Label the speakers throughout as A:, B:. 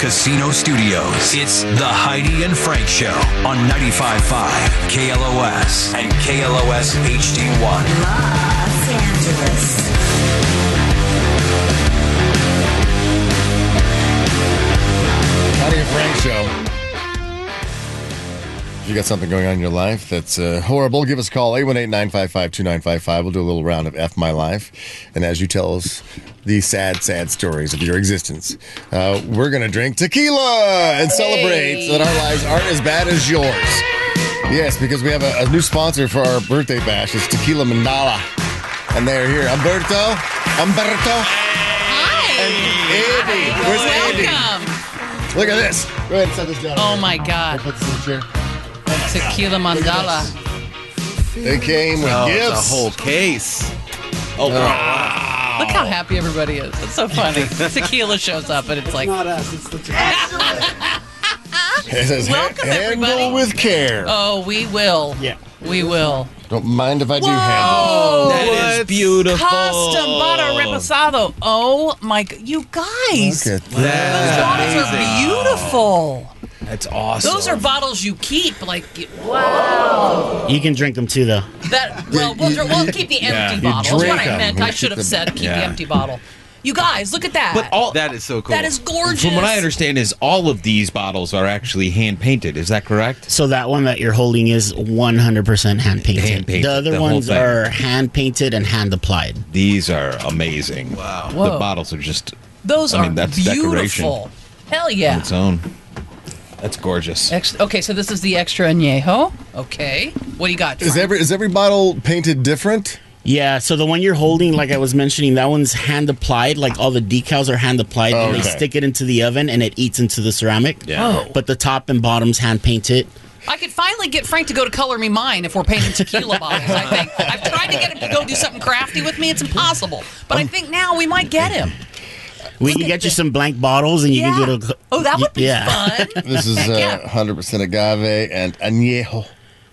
A: Casino Studios. It's the Heidi and Frank Show on 95.5 KLOS and KLOS HD1.
B: Los Angeles.
C: Howdy, and Frank Show. If you got something going on in your life that's uh, horrible, give us a call, 818 955 2955. We'll do a little round of F My Life. And as you tell us the sad, sad stories of your existence, uh, we're going to drink tequila and celebrate so that our lives aren't as bad as yours. Yes, because we have a, a new sponsor for our birthday bash. It's Tequila Mandala. And they're here. Umberto, Umberto,
D: Hi.
C: Andy. Where's Andy?
D: Welcome.
C: Look at this. Go ahead and set this down.
D: Oh my
C: I'll
D: God.
C: Put this in the chair.
D: Tequila mandala.
C: They came with
E: Oh,
C: gifts.
E: it's a whole case. Oh, wow.
D: Look how happy everybody is. It's so funny. Tequila shows up and it's like,
C: It says,
D: Welcome,
C: handle
D: everybody."
C: with care.
D: oh, we will. Yeah. We will.
C: Don't mind if I do handle.
D: Whoa.
E: that is beautiful.
D: Pasta butter reposado. Oh my God. You guys.
C: Look at that.
E: That's
D: Those
E: amazing.
D: are beautiful.
E: That's awesome.
D: Those are bottles you keep. Like,
F: You can drink them too, though.
D: That well, we'll,
C: you-
D: we'll keep the empty
C: you
D: bottle. That's
C: drink
D: what I
C: 'em.
D: meant.
C: You
D: I
C: keep
D: should have
C: the-
D: said keep
E: Yeah.
D: the empty bottle. You guys, look at that.
E: But all that is so cool.
D: That is gorgeous.
E: From what I understand, is all of these bottles are actually hand painted. Is that correct?
F: So that one that you're holding is 100% hand painted.
E: Hand-painted,
F: the other
E: the whole
F: ones
E: thing.
F: are hand painted and hand applied.
E: These are amazing. Wow. The
D: Whoa.
E: bottles are just
D: Those
E: I mean,
D: are
E: that's
D: beautiful.
E: decoration.
D: Hell yeah.
E: on its own. That's gorgeous.
D: Ex- okay, so this is the extra añejo. Okay, what do you got?
C: Is
D: Frank?
C: every is every bottle painted different?
F: Yeah, so the one you're holding, like I was mentioning, that one's hand applied. Like all the decals are hand applied. and
C: Okay.
F: They stick it into the oven and it eats into the ceramic.
E: Yeah. Oh.
F: But the top and bottom's hand painted.
D: I could finally get Frank to go to color me mine if we're painting tequila bottles. I think I've tried to get him to go do something crafty with me. It's impossible, but
F: Um,
D: I think now we might get him.
F: We can get you some blank bottles and you
D: Yeah.
F: can go to.
D: Oh, that would be
F: yeah.
D: fun.
C: This is uh, 100% agave and añejo.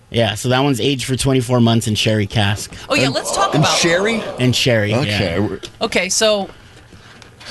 F: Yeah, so that one's aged for 24 months in sherry cask.
D: Oh yeah, let's talk
C: And
D: about
C: sherry?
F: And sherry.
C: Okay.
F: Yeah.
D: Okay, so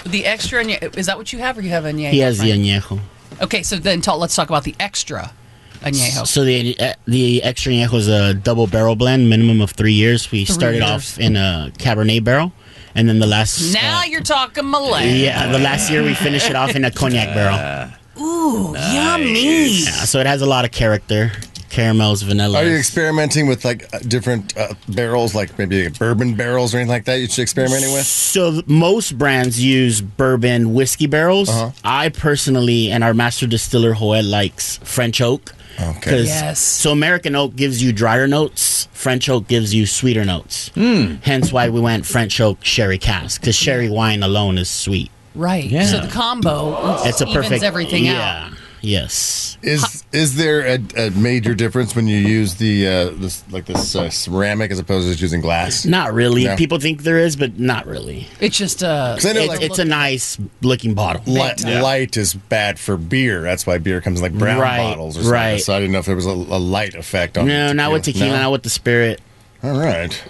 D: the extra añejo, is that what you have, or you have añejo?
F: He has the
D: Frank?
F: añejo.
D: Okay, so then talk, let's talk about the extra añejo.
F: So the uh, the extra añejo is a double barrel blend, minimum of three years. We started
D: years.
F: off in a Cabernet barrel, and then the last
D: now
F: uh,
D: you're talking Malay.
F: yeah, the last year we finished it off in a cognac barrel.
D: Ooh, yummy.
F: Yeah, so it has a lot of character, caramels, vanilla.
C: Are you experimenting with like uh, different uh, barrels, like maybe bourbon barrels or anything like that? You should experimenting with.
F: So th- most brands use bourbon whiskey barrels.
C: Uh-huh.
F: I personally and our master distiller Joel likes French oak.
C: Okay.
F: 'Cause-
D: Yes.
F: So American oak gives you drier notes. French oak gives you sweeter notes.
C: Hmm.
F: Hence why we went French oak sherry cask because sherry wine alone is sweet.
D: Right.
F: Yeah.
D: So the combo
F: It's a
D: evens
F: perfect
D: everything
F: yeah,
D: out.
F: Yes.
C: Is is there a, a major difference when you use the uh, this like this uh, ceramic as opposed to just using glass?
F: Not really.
C: No.
F: People think there is, but not really.
D: It's just uh
C: 'Cause I know
F: It,
C: like
F: it's a nice looking bottle.
C: light,
E: Yeah.
C: light is bad for beer. That's why beer comes in like brown
F: Right,
C: bottles or something.
F: right.
C: So I didn't know if there was a, a light effect on.
F: no, not with tequila, not with the spirit.
C: All right.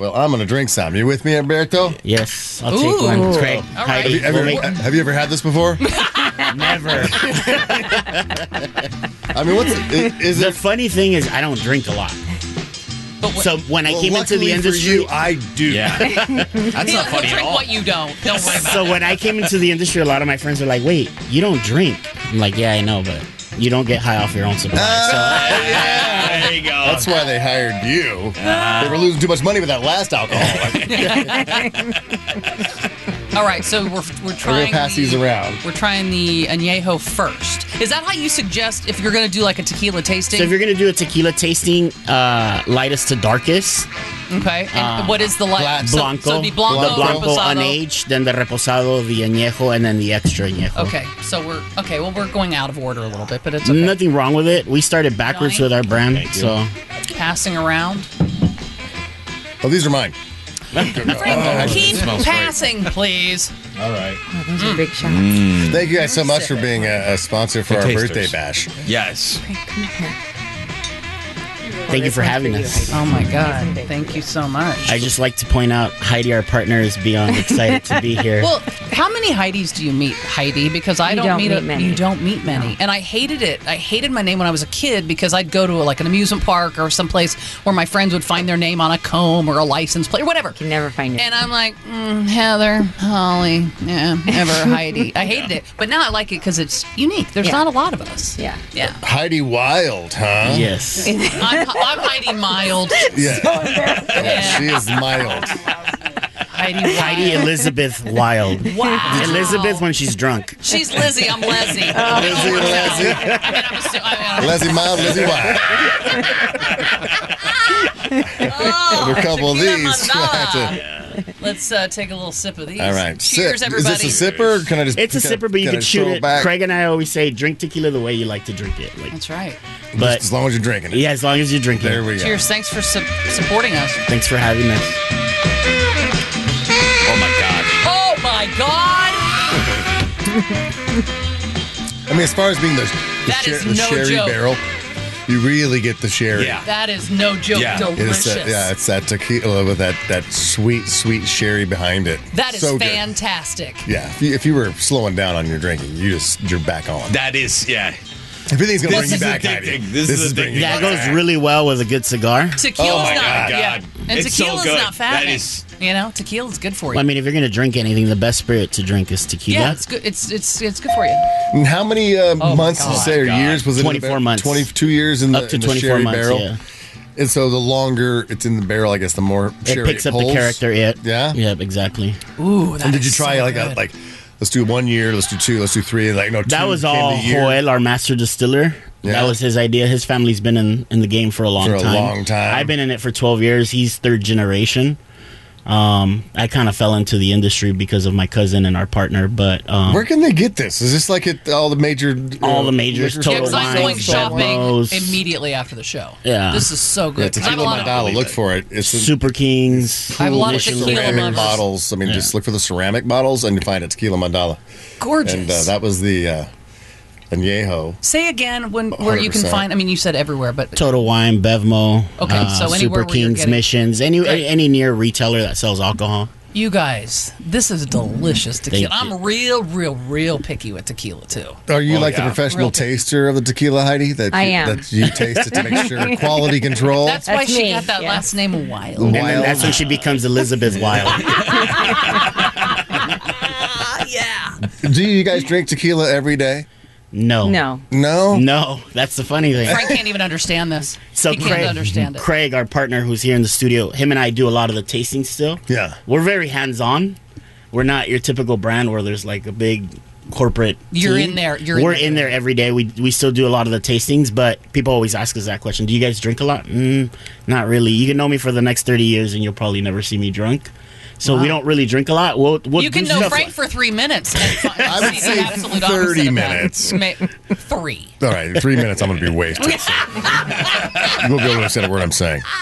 C: Well, I'm gonna drink some. You with me, Alberto?
F: Yes, I'll
D: Ooh.
F: take one. Craig,
D: All
F: Heidi,
D: right.
C: Have
F: we'll
C: you,
F: make-
C: ever, have you ever had this before?
F: never.
C: I mean, what's it, is
F: the
C: it?
F: funny thing is, I don't drink a lot.
D: But what,
F: So when I
C: Well,
F: came into
C: luckily
F: the
C: for
F: industry,
C: you, I do.
E: Yeah.
D: that's not funny drink what you don't. Don't worry about
F: so when I came into the industry, a lot of my friends were like, "Wait, you don't drink?" I'm like, "Yeah, I know, but you don't get high off your own supply."
D: Uh,
E: there you go.
C: That's why they hired you. Uh, they were losing too much money with that last alcohol.
D: it. All right, so we're we're
C: We're gonna
D: trying
C: pass
D: the,
C: these around.
D: We're trying the añejo first. Is that how you suggest if you're going to do like a tequila tasting?
F: so if you're gonna do a tequila tasting, uh, lightest to darkest, uh,
D: okay. And what is the like
C: Blan-
D: so,
F: Ah. blanco,
D: So it'd be blanco,
F: the blanco
D: reposado.
F: unaged, then the reposado, the añejo, and then the extra añejo.
D: Okay. So we're okay, well we're going out of order a little bit, but it's okay.
F: Nothing wrong with it. We started backwards
D: Johnny?
F: with our brand, so
D: passing around.
C: Oh, these are mine. Oh,
D: Keep
E: smells great.
D: passing, please.
C: All right.
B: Those are big shots.
C: Thank you guys so much for being a, a sponsor for
E: The
C: our
E: tasters.
C: birthday bash.
E: Yes.
D: Oh,
F: thank you for having us.
D: Oh my god. Thank you so much.
F: I just like to point out Heidi, our partner, is beyond excited to be here.
D: Well, How many Heidis do you meet, Heidi? Because I
B: You
D: don't,
B: don't
D: meet,
B: meet
D: a,
B: many.
D: You don't meet many, and I hated it. I hated my name when I was a kid because I'd go to like an amusement park or someplace where my friends would find their name on a comb or a license plate or whatever.
B: Can never find it.
D: And I'm like mm, Heather, Holly, yeah, never Heidi. I hated it, but now I like it because it's unique. There's
B: Yeah.
D: not a lot of us.
B: Yeah.
D: yeah.
C: Heidi Wild, huh?
F: Yes.
D: I'm, I'm Heidi Mild.
C: Yeah. Yeah, she is mild.
D: Heidi
F: Heidi
D: Wild.
F: Elizabeth Wild.
D: Wow.
F: Elizabeth when she's drunk.
D: She's Lizzie. I'm Leslie.
B: Oh.
C: Lizzie, Lizzie,
D: I mean, I'm assu- I mean,
C: Lizzie mild, Lizzie wild.
D: oh,
C: With a couple of
D: Tequila
C: these.
D: Mandala. Let's uh, take a little sip of these.
C: All right.
D: Cheers,
C: sip.
D: everybody.
C: Is this a sipper? Or can I just?
F: It's a
C: can I-
F: sipper, but you
C: I
F: can shoot
C: scroll
F: it. Craig and I always say, drink tequila the way you like to drink it. Like,
D: That's right.
F: but
C: As long as you're drinking it.
F: yeah, as long as you're drinking.
C: There
F: it.
C: we go.
D: Cheers. Thanks for su- supporting us.
F: Thanks for having us.
E: Oh my God.
D: Oh, my God.
C: I mean, as far as being the, the,
D: That
C: sher-
D: is
C: the
D: no
C: sherry
D: joke.
C: barrel, you really get the sherry.
E: Yeah.
D: That is no joke.
E: Yeah. It
C: It is
D: Delicious.
C: that, yeah, it's that tequila with that, that sweet, sweet sherry behind it.
D: that is
C: so good.
D: fantastic.
C: Yeah, if you, if you were slowing down on your drinking, you just you're back on.
E: That is, yeah.
C: Everything's
E: This
C: gonna bring you
E: is
C: back.
E: addicting.
C: Heidi.
E: This is addicting.
C: bringing you
F: That
C: back.
F: goes really well with a good cigar.
D: Tequila's
E: Oh, my
D: not.
E: God.
D: Yeah. And
E: It's so
D: tequila's
E: good.
D: not
E: That
D: fattening.
E: is-
D: You know, tequila's good for you.
F: Well, I mean, if you're gonna drink anything, the best spirit to drink is tequila.
D: yeah, it's good. It's it's it's good for you.
C: And how many uh,
D: my
C: months did you
D: Oh, God.
C: say or
E: God.
C: years was it? in the
F: 24
C: barrel?
F: months.
C: Twenty-two years in the,
F: Up to
C: in the
F: 24
C: sherry
F: months.
C: barrel.
F: Yeah.
C: And so the longer it's in the barrel, I guess the more
F: It
C: sherry
F: picks up the
C: pulls.
F: character. It.
C: Yeah?
F: Yep. Exactly.
D: Ooh, that
C: And did you
D: is
C: try
D: so
C: like a,
D: good.
C: like let's do one year, let's do two, let's do three, and like no.
F: That
C: two
F: was
C: came
F: all
C: the year.
F: Joel, our master distiller.
C: Yeah.
F: That was his idea. His family's been in, in the game for a long
C: For a
F: time.
C: long time.
F: I've been in it for 12 years. He's third generation. Um, I kind of fell into the industry because of my cousin and our partner, but um,
C: Where can they get this? Is this like at all the major? uh,
F: All the majors,
C: liquor
F: Total
D: Yeah, because I'm
F: Wine,
D: going
F: Total
D: shopping
F: Lowe's.
D: immediately after the show.
F: Yeah.
D: This is so
C: Yeah,
D: good. 'cause I have a
C: tequila
D: lot of-
C: Mandala. Look for it. It's in
F: Super Kings.
D: I have a lot of
F: Mission
D: tequila
F: Rare.
D: lovers.
C: ceramic bottles. I mean, just look for the ceramic bottles and you find it. Tequila Mandala,
D: gorgeous.
C: and uh, that was the uh, añejo.
D: Say again when where you can
C: 100%.
D: find. I mean, you said everywhere, but
F: Total Wine, Bevmo,
D: Okay,
F: uh,
D: so anywhere
F: Super
D: where you're
F: Kings,
D: getting-
F: Missions, any
D: Great.
F: any near retailer that sells alcohol.
D: you guys, this is delicious tequila.
F: Thank you.
D: I'm real, real, real picky with tequila too.
C: Are you like the
E: yeah.
C: professional
D: Real good.
C: taster of the tequila, Heidi? That
B: I
C: you,
B: am.
C: That you taste it to make sure quality control.
D: That's, why
B: That's
D: she
B: me,
D: got that
B: yeah.
D: last name Wild.
C: Wild.
F: And then that's when she becomes Elizabeth Wild.
D: yeah.
C: Do you guys drink tequila every day?
F: No.
B: No.
C: No.
F: No. That's the funny thing.
D: Frank can't even understand this.
F: So
D: he
F: Craig,
D: can't understand it.
F: Craig, our partner who's here in the studio, him and I do a lot of the tasting still.
C: Yeah.
F: We're very hands on. We're not your typical brand where there's like a big corporate.
D: You're
F: team.
D: in there. You're in
F: We're
D: there.
F: in there every day. We we still do a lot of the tastings, but people always ask us that question. Do you guys drink a lot? Mm, not really. You can know me for the next thirty years, and you'll probably never see me drunk. So we don't really drink a lot. We'll, we'll
D: you can
F: do
D: know
F: stuff
D: Frank
F: like-
D: for three minutes. And find, I
C: would say 30 minutes.
D: Three.
C: All right, three minutes. I'm going to be wasted. So. you won't be able to understand a word I'm saying.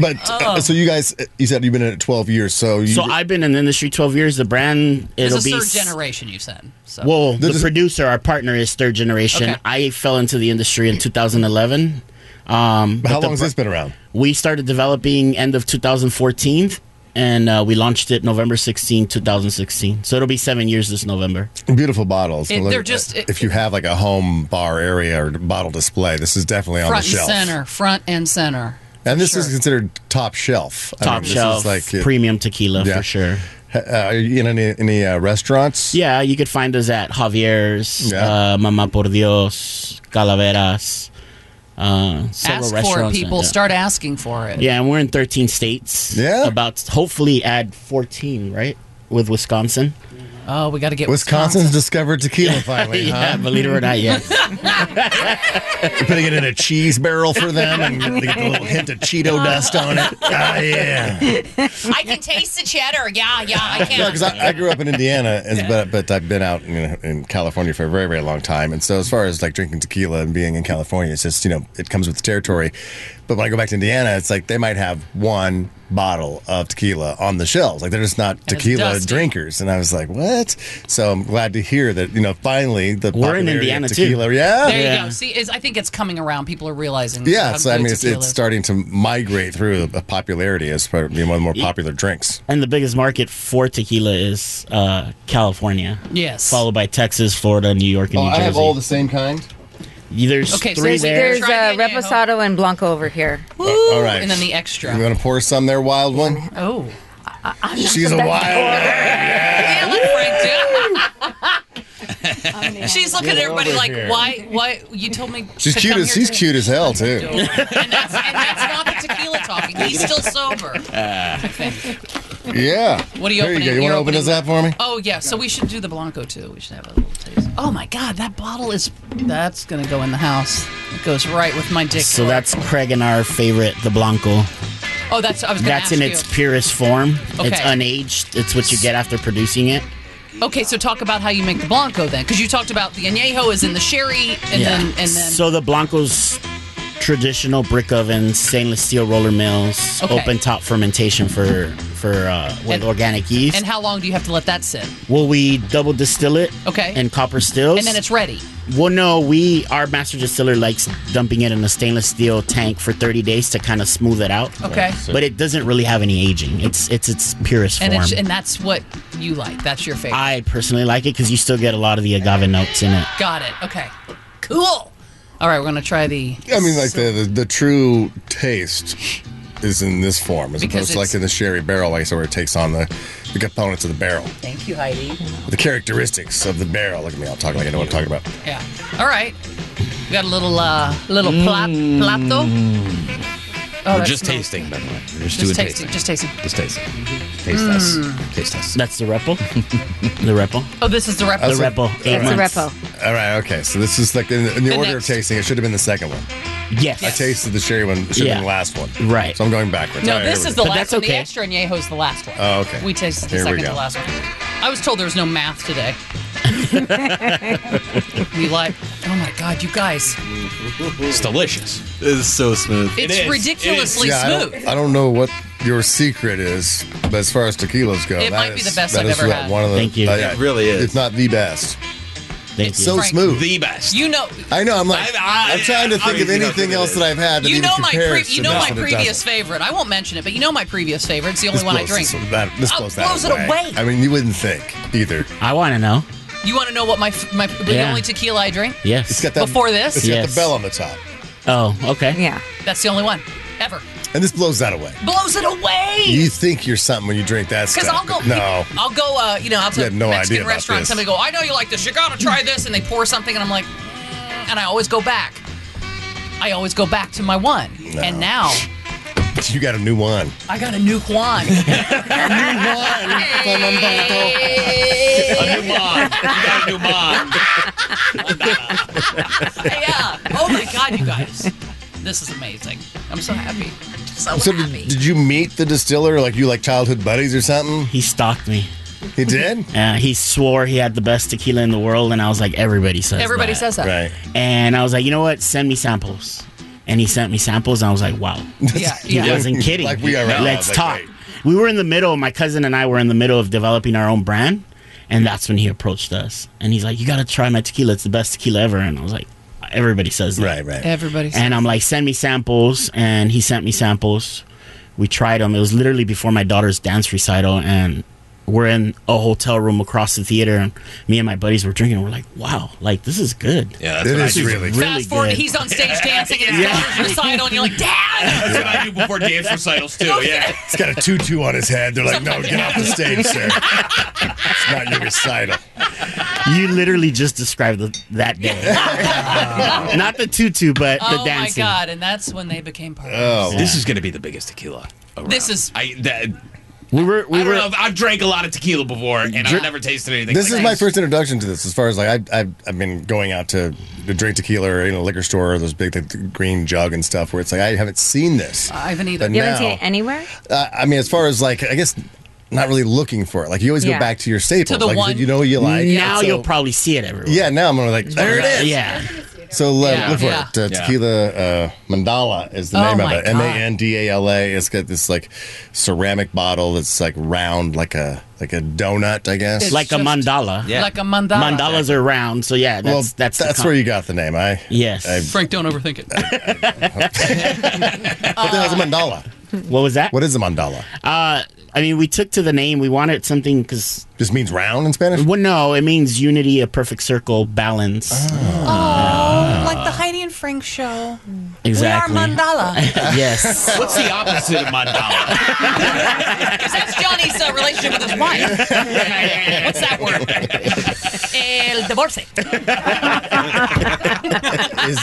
C: But
D: Oh.
C: uh, so you guys, you said you've been in it 12 years. So you,
F: So I've been in the industry twelve years. The brand
D: It's
F: it'll
D: a
F: be
D: third
F: s-
D: generation, you said. So.
F: Well, the
C: is-
F: producer, our partner, is third generation.
D: Okay.
F: I fell into the industry in 2011. Um, but
C: how
F: the
C: long has
F: br-
C: this been around?
F: We started developing end of 2014, and uh, we launched it November 16, 2016. So it'll be seven years this November.
C: Beautiful bottles.
D: It-
C: Look- uh,
D: they're just- it-
C: if you have like a home bar area or bottle display, this is definitely on
D: front
C: the
D: and
C: shelf.
D: center. Front and center.
C: And this is
D: Sure.
C: considered top shelf. I
F: Top
C: mean,
F: shelf,
C: This is like uh,
F: premium tequila
C: yeah.
F: for sure.
C: uh, are you in any any uh, restaurants?
F: Yeah, you could find us at Javier's,
C: Yeah.
F: uh, Mama Por Dios, Calaveras, uh, several
D: Ask
F: restaurants.
D: for it,
F: and-
D: people.
F: yeah.
D: Start asking for it.
F: Yeah, and we're in 13 states.
C: Yeah.
F: About to hopefully add 14, right? With Wisconsin.
D: Oh, we got to get
C: Wisconsin's discovered tequila finally,
F: yeah,
C: huh?
F: believe it or not, yeah.
C: We're putting it in a cheese barrel for them and they get a little hint of Cheeto dust on it. Ah, yeah.
D: I can taste the cheddar. Yeah, yeah, I can.
C: No, because I, I grew up in Indiana, as, but but I've been out in, in California for a very very long time, and so as far as like drinking tequila and being in California, it's just you know it comes with the territory. But when I go back to Indiana, it's like they might have one bottle of tequila on the shelves. Like they're just not tequila
D: dusty.
C: drinkers. And I was like, what? So I'm glad to hear that, you know, finally the
F: We're in
C: popularity of
F: Indiana, too.
C: tequila. Yeah.
D: There you
F: Yeah.
D: go. See, is I think it's coming around. People are realizing.
C: Yeah,
D: how
C: so I
D: good
C: mean, it's,
D: tequila
C: it's
D: is.
C: starting to migrate through the popularity as part of being one of the more popular drinks.
F: And the biggest market for tequila is uh, California,
D: Yes.
F: followed by Texas, Florida, New York,
C: Oh,
F: and New Jersey.
C: same kind.
F: There's
D: Okay, so
F: three
D: we-
F: there.
B: There's
D: Try
B: uh,
D: the Añejo.
B: Reposado and Blanco over here.
D: Woo!
C: all right.
D: And then the
C: You
D: extra.
C: want to pour some there, wild one?
D: Oh.
C: She's a wild.
D: Yeah, let Frank do it. She's looking at
C: Get
D: everybody
C: over
D: like,
C: here.
D: why? Why you told me?
C: She's
D: to
C: cute.
D: come
C: As,
D: here
C: she's
D: to-"
C: cute as hell too.
D: And that's, and that's not the tequila talking. He's still sober. I think.
C: Yeah.
D: What are you
C: There you go. You
D: opening?
C: want
D: You're
C: to open
D: opening-
C: this up for me?
D: Oh yeah, so we should do the blanco too. We should have a little taste. Oh my god, that bottle is that's gonna go in the house. It goes right with my dick.
F: So that's Craig and our favorite, the Blanco.
D: oh, that's I was gonna
F: That's
D: ask
F: in
D: you.
F: its purest form.
D: Okay.
F: It's unaged. It's what you get after producing it.
D: Okay, so talk about how you make the blanco then, because you talked about the añejo is in the sherry, and then and then
F: So the Blanco's traditional brick oven, stainless steel roller mills,
D: Okay.
F: open top fermentation for for uh, with
D: And-
F: organic yeast.
D: and how long do you have to let that sit?
F: well, we double distill it.
D: Okay.
F: And copper stills.
D: And then it's ready.
F: Well, no, we our master distiller likes dumping it in a stainless steel tank for 30 days to kind of smooth it out.
D: Okay.
F: But it doesn't really have any aging. It's it's its purest
D: And
F: form.
D: it's, and that's what you like. That's your favorite.
F: I personally like it because you still get a lot of the agave notes in it.
D: Got it. Okay. Cool. All right, we're gonna try the.
C: I mean, like the, the the true taste is in this form, as
D: Because
C: opposed to like
D: it's-
C: in the sherry barrel, like so where it takes on the, the components of the barrel,
D: Thank you, Heidi.
C: the characteristics of the barrel. Look at me, I'll talk like I know what I'm talking about.
D: Yeah. All right. We got a little uh little plat plato. Oh,
E: We're
D: that
E: just
D: smells-
E: tasting, by the way. We're just, doing
D: Just tasting.
E: tasting.
D: Just Mm. tasting.
E: Just tasting. Taste us. Taste us.
F: That's the repo. the repo.
D: Oh, this is the rep.
F: The
C: That's a-
F: repo. Eight
B: It's a
F: months.
B: repo.
C: All right, okay. So this is like in, in the,
D: The
C: order
D: next.
C: of tasting. It should have been the second one.
F: Yes.
C: I tasted the sherry one. It should have
F: Yeah.
C: been the last one.
F: Right.
C: So I'm going backwards.
D: No,
C: All right,
D: this
C: here
D: is the
C: we go.
F: But
D: last
F: that's
D: one. The
F: okay.
D: extra añejo's the last one.
C: Oh, okay.
D: We tasted the
C: Here we
D: second to
C: go.
D: last one. I was told there was no math today. we like. Oh my God, you guys!
E: It's delicious.
G: It's so smooth.
D: It's
E: is. It is.
D: ridiculously
C: yeah, I
D: smooth.
C: don't, I don't know what your secret is, but as far as tequilas go,
D: It
C: that
D: might be
C: is-
D: the best
C: that
D: I've
C: is
D: ever
C: what-
D: had.
C: One of the,
F: Thank you.
G: It really is.
C: If not the best.
F: Thank
C: It's
F: you.
C: so
D: Frank,
C: smooth.
E: The best.
D: You know,
C: I know. I'm like, I,
E: I-
C: am trying to
E: I-
C: think
E: I
C: of
E: mean, you know,
C: anything
E: it
C: else
E: is.
C: that I've had. That
D: you
C: even
D: know my pre-
C: compares to
D: you know
C: this
D: my
C: one. It
D: previous
C: doesn't.
D: favorite. I won't mention it, but you know my previous favorite. It's the only
C: This
D: one I
C: blows
D: drink.
C: This, that, this
D: Oh,
C: blows
D: blows
C: that
D: it away.
C: I mean, you wouldn't think either.
F: I want to know.
D: You want to know what my f- my the
F: Yeah.
D: only tequila I drink?
F: Yes.
C: It's got that
D: Before this?
C: It's got
F: Yes.
C: the bell on the top,
F: oh, okay.
B: Yeah.
D: That's the only one ever.
C: and this blows that away.
D: Blows it away.
C: You think you're something when you drink that stuff.
D: Because I'll go,
C: but no.
D: I'll go, uh, you know, out
C: You
D: to a
C: had no idea
D: Mexican
C: about
D: restaurant.
C: this.
D: Somebody go, I know you like this. You gotta try this, and they pour something, and I'm like, "Mm," and I always go back. I always go back to my one, and now
C: You got a new one.
D: I got a new
E: A
D: Juan.
E: new mom. You got a new mom.
D: yeah. Oh my God, you guys, this is amazing. I'm so happy. So,
C: So did,
D: happy.
C: did you meet the distiller? Like you like childhood buddies or something?
F: He stalked me.
C: He did.
F: Uh, he swore he had the best tequila in the world, and I was like, everybody says
D: Everybody
F: that.
D: says that.
C: right.
F: And I was like, you know what? Send me samples. And he sent me samples, and I was like, wow.
D: Yeah.
F: He
D: yeah.
F: wasn't kidding.
C: Like we are right now.
F: Let's
C: Like,
F: talk.
C: wait.
F: We were in the middle. My cousin and I were in the middle of developing our own brand, and that's when he approached us. And he's like, "You got to try my tequila. It's the best tequila ever." And I was like, "Everybody says that."
C: Right. Right.
D: Everybody.
F: And I'm like, "Send me samples." And he sent me samples. We tried them. It was literally before my daughter's dance recital, and we're in a hotel room across the theater. And me and my buddies were drinking. We're like, "Wow, like this is good."
E: Yeah, that's
C: It
E: what
C: is
E: I do.
C: really.
F: really
D: Fast forward,
F: good.
D: he's on stage dancing, and his daughter's recital, and you're like, Dad!
E: That's what I do before dance recitals too. Yeah.
C: It's got a tutu on his head. They're like, no, get off the stage, sir. It's not your recital.
F: You literally just described the, that day.
C: Uh,
F: Not the tutu, but
D: Oh
F: the
D: my
F: dancing.
D: God! And that's when they became partners.
C: Oh,
E: This is going to be the biggest tequila. Around.
D: This is-
E: I. That,
F: We were we
E: I don't
F: were
E: know. If I've drank a lot of tequila before, and I've never tasted anything.
C: this
E: like
C: is my first introduction to this. As far as like I, I've, I've been going out to, to drink tequila or in a liquor store or those big the green jug and stuff, where it's like I haven't seen this.
D: I haven't either.
C: But
B: You
C: now,
B: haven't seen it anywhere?
C: uh, I mean, as far as like I guess not really looking for it. Like you always
B: Yeah.
C: go back to your staples.
D: To the
C: like
D: one-
C: you know what you like.
F: now
C: So-
F: you'll probably see it everywhere. Uh,
C: Yeah, now I'm gonna like there it is.
F: Yeah.
C: So le-
D: Yeah.
C: look for
D: Yeah.
C: it. Uh,
E: Yeah.
C: Tequila uh, Mandala is the
D: Oh
C: name of
D: my
C: it.
D: God.
C: M A N D A L A. It's got this like ceramic bottle that's like round, like a like a donut, I guess.
D: It's
F: like a
D: just-
F: mandala.
E: Yeah.
D: Like a mandala.
F: Mandalas are round, so yeah, that's
C: well,
F: that's
C: that's,
F: the con-
C: where you got the name. I
F: Yes.
D: Frank, don't overthink it.
C: what the hell's a mandala?
F: what was that?
C: What is a mandala?
F: Uh, I mean, we took to the name. We wanted something because
C: Just means round in Spanish.
F: well, no, it means unity, a perfect circle, balance.
C: Ah. Uh,
D: like the Heidi and Frank show.
F: exactly.
D: We are mandala.
F: yes.
E: What's the opposite of mandala?
D: That's Johnny's uh, relationship with his wife. What's that word? El divorce.
C: Is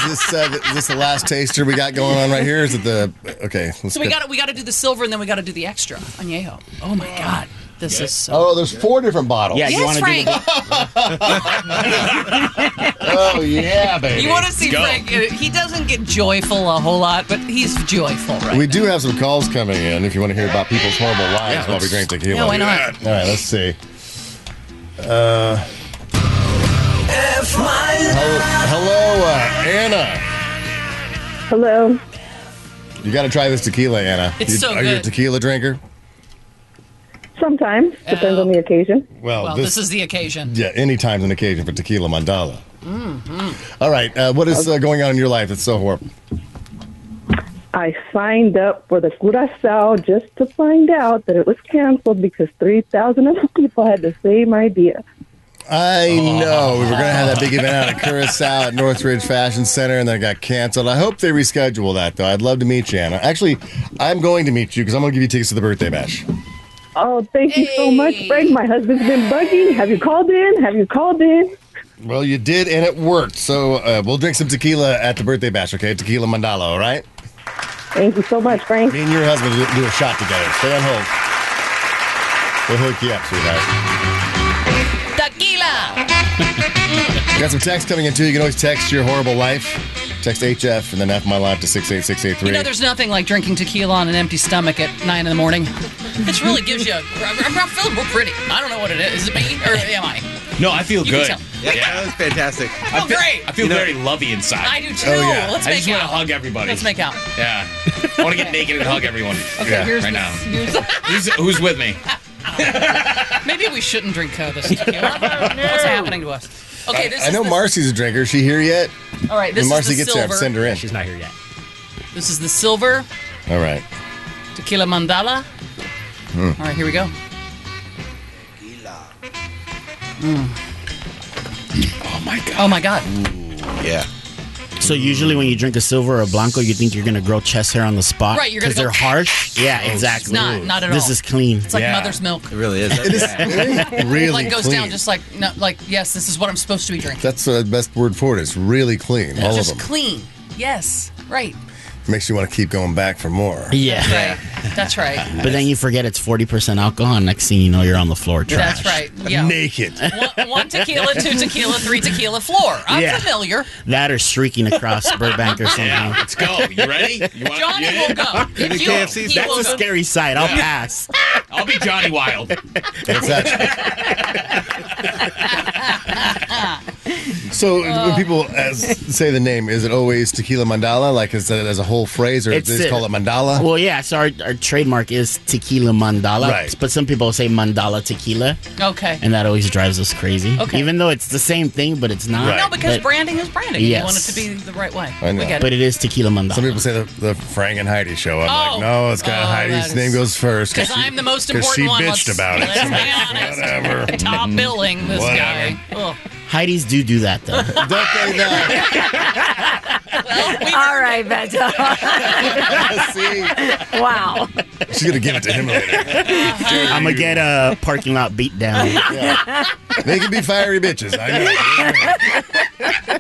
C: this uh, th- is this the last taster we got going on right here? Is it the okay? Let's
D: So we
C: get-
D: got to we got to do the silver and then we got to do the extra añejo. Oh my god, this is so.
C: Oh, there's four different bottles.
F: Yeah, you
D: yes,
F: wanna do
D: Frank.
C: Oh yeah, baby.
D: you want to see Frank? uh, He doesn't get joyful a whole lot, but he's joyful, right?
C: We do have some calls coming in if you want to hear about people's horrible lives
E: Yeah,
C: while we
E: let's-
C: drink tequila.
D: Yeah, why not?
C: All right, let's see. Uh, hello, hello uh, Anna.
G: Hello.
C: You got to try this tequila, Anna.
D: It's
C: You-
D: so
C: Are you a
D: good.
C: tequila drinker?
G: Sometimes depends
D: Oh.
G: on the occasion.
C: Well,
D: well, this, is the occasion.
C: yeah. Any time's an occasion for tequila mandala.
D: Mm-hmm.
C: All right, uh, what is uh, going on in your life that's so horrible?
G: I signed up for the curacao just to find out that it was canceled because three thousand other people had the same idea.
C: I know we were going to have that big event out at Curacao at Northridge Fashion Center, and then it got canceled. I hope they reschedule that though. I'd love to meet you, Anna. Actually, I'm going to meet you because I'm going to give you tickets to the birthday bash.
G: Oh, thank you so much,
D: Hey.
G: Frank. My husband's been bugging. Have you called in? Have you called in?
C: Well, you did, and it worked. So uh, we'll drink some tequila at the birthday bash, okay? Tequila mandala, all right?
G: Thank you so much, Frank.
C: Me and your husband will do a shot together. Stay on hold. We'll hook you up, sweetheart.
D: Tequila.
C: Got some text coming in too. You can always text your horrible life. Text HF and then F my life to six eight six eight three.
D: You know, there's nothing like drinking tequila on an empty stomach at nine in the morning. This really gives you. i I'm, I'm feeling real pretty. I don't know what it is. Is it me or am I?
E: No, I feel
D: You can
E: good.
D: tell.
H: Yeah, that was fantastic.
D: I feel Oh, great.
E: I feel very lovey inside.
D: I do too.
C: Oh, yeah.
D: Let's
E: I
D: make
E: just
D: out.
E: want to hug everybody.
D: Let's make out.
E: Yeah. I want to get naked and hug everyone.
C: Yeah.
D: Here's
E: right
D: the-
E: now.
D: here's the-
E: Who's, who's with me?
D: maybe we shouldn't drink uh, this tequila. What's happening to us? Okay, this
C: I
D: is
C: know
D: the-
C: Marcy's a drinker. Is she here yet?
D: All right, this
C: when Marcy
D: is the
C: gets
D: silver.
C: here, send her in.
F: She's not here yet.
D: This is the silver
C: All right.
D: tequila mandala. All right, here we go.
E: Oh my god.
D: Oh my God.
H: Yeah.
F: So usually when you drink a silver or a blanco, you think you're gonna grow chest hair on the spot,
D: Right, you're gonna
F: Because they're
D: go-
F: harsh. Yeah, exactly.
D: not- not at
F: This
D: all.
F: is clean.
D: It's like
E: Yeah.
D: mother's milk.
H: It really is.
C: It is it is really
D: like goes
C: clean.
D: down just like no, like yes, this is what I'm supposed to be drinking.
C: That's the best word for it. It's really clean. All of
D: Just
C: them.
D: clean. Yes, right.
C: Makes you want to keep going back for more.
F: yeah.
D: Right. That's right.
F: But then you forget it's forty percent alcohol, and next thing you know, you're on the floor. Trash.
D: That's right. Yeah.
C: Naked.
D: One, one tequila, two tequila, three tequila floor. I'm
F: Yeah.
D: familiar.
F: That or streaking across Burbank or something.
E: Yeah, let's go. You ready? You want,
D: Johnny will go. If you,
H: KFC,
D: he
F: That's
D: will
F: a
D: go.
F: scary sight. I'll pass.
E: I'll be Johnny Wild.
C: It's that. so when people as, say the name, is it always tequila mandala? Like is that as a whole phrase, or
F: It's
C: they just
F: it.
C: call it mandala?
F: Well, yeah. So our, our trademark is tequila mandala,
C: Right.
F: but some people say mandala tequila,
D: Okay.
F: and that always drives us crazy.
D: Okay.
F: Even though it's the same thing, but it's not.
C: Right.
D: No, because
F: but,
D: branding is branding. You want it
F: Yes.
D: to be the right way.
C: I know.
D: We get
F: but
D: it.
F: it is tequila mandala.
C: Some people say the, the Frank and Heidi show. I'm
D: Oh.
C: like, no, it's got
D: Oh,
C: Heidi's
D: that
C: name
D: is-
C: goes first
D: Because
C: she-
D: I'm the most
C: 'cause
D: important
C: she
D: one.
C: bitched
D: Let's-
C: about it.
D: Let's be honest.
C: Whatever.
D: Top billing, this
C: Whatever.
D: guy. Ugh.
F: Heidi's do do that though.
C: Don't they not?
D: Well, we
B: All right, Beto.
C: See,
B: wow.
C: she's gonna give it to him later.
F: I'm gonna get a parking lot beat down.
C: They can be fiery bitches. I know.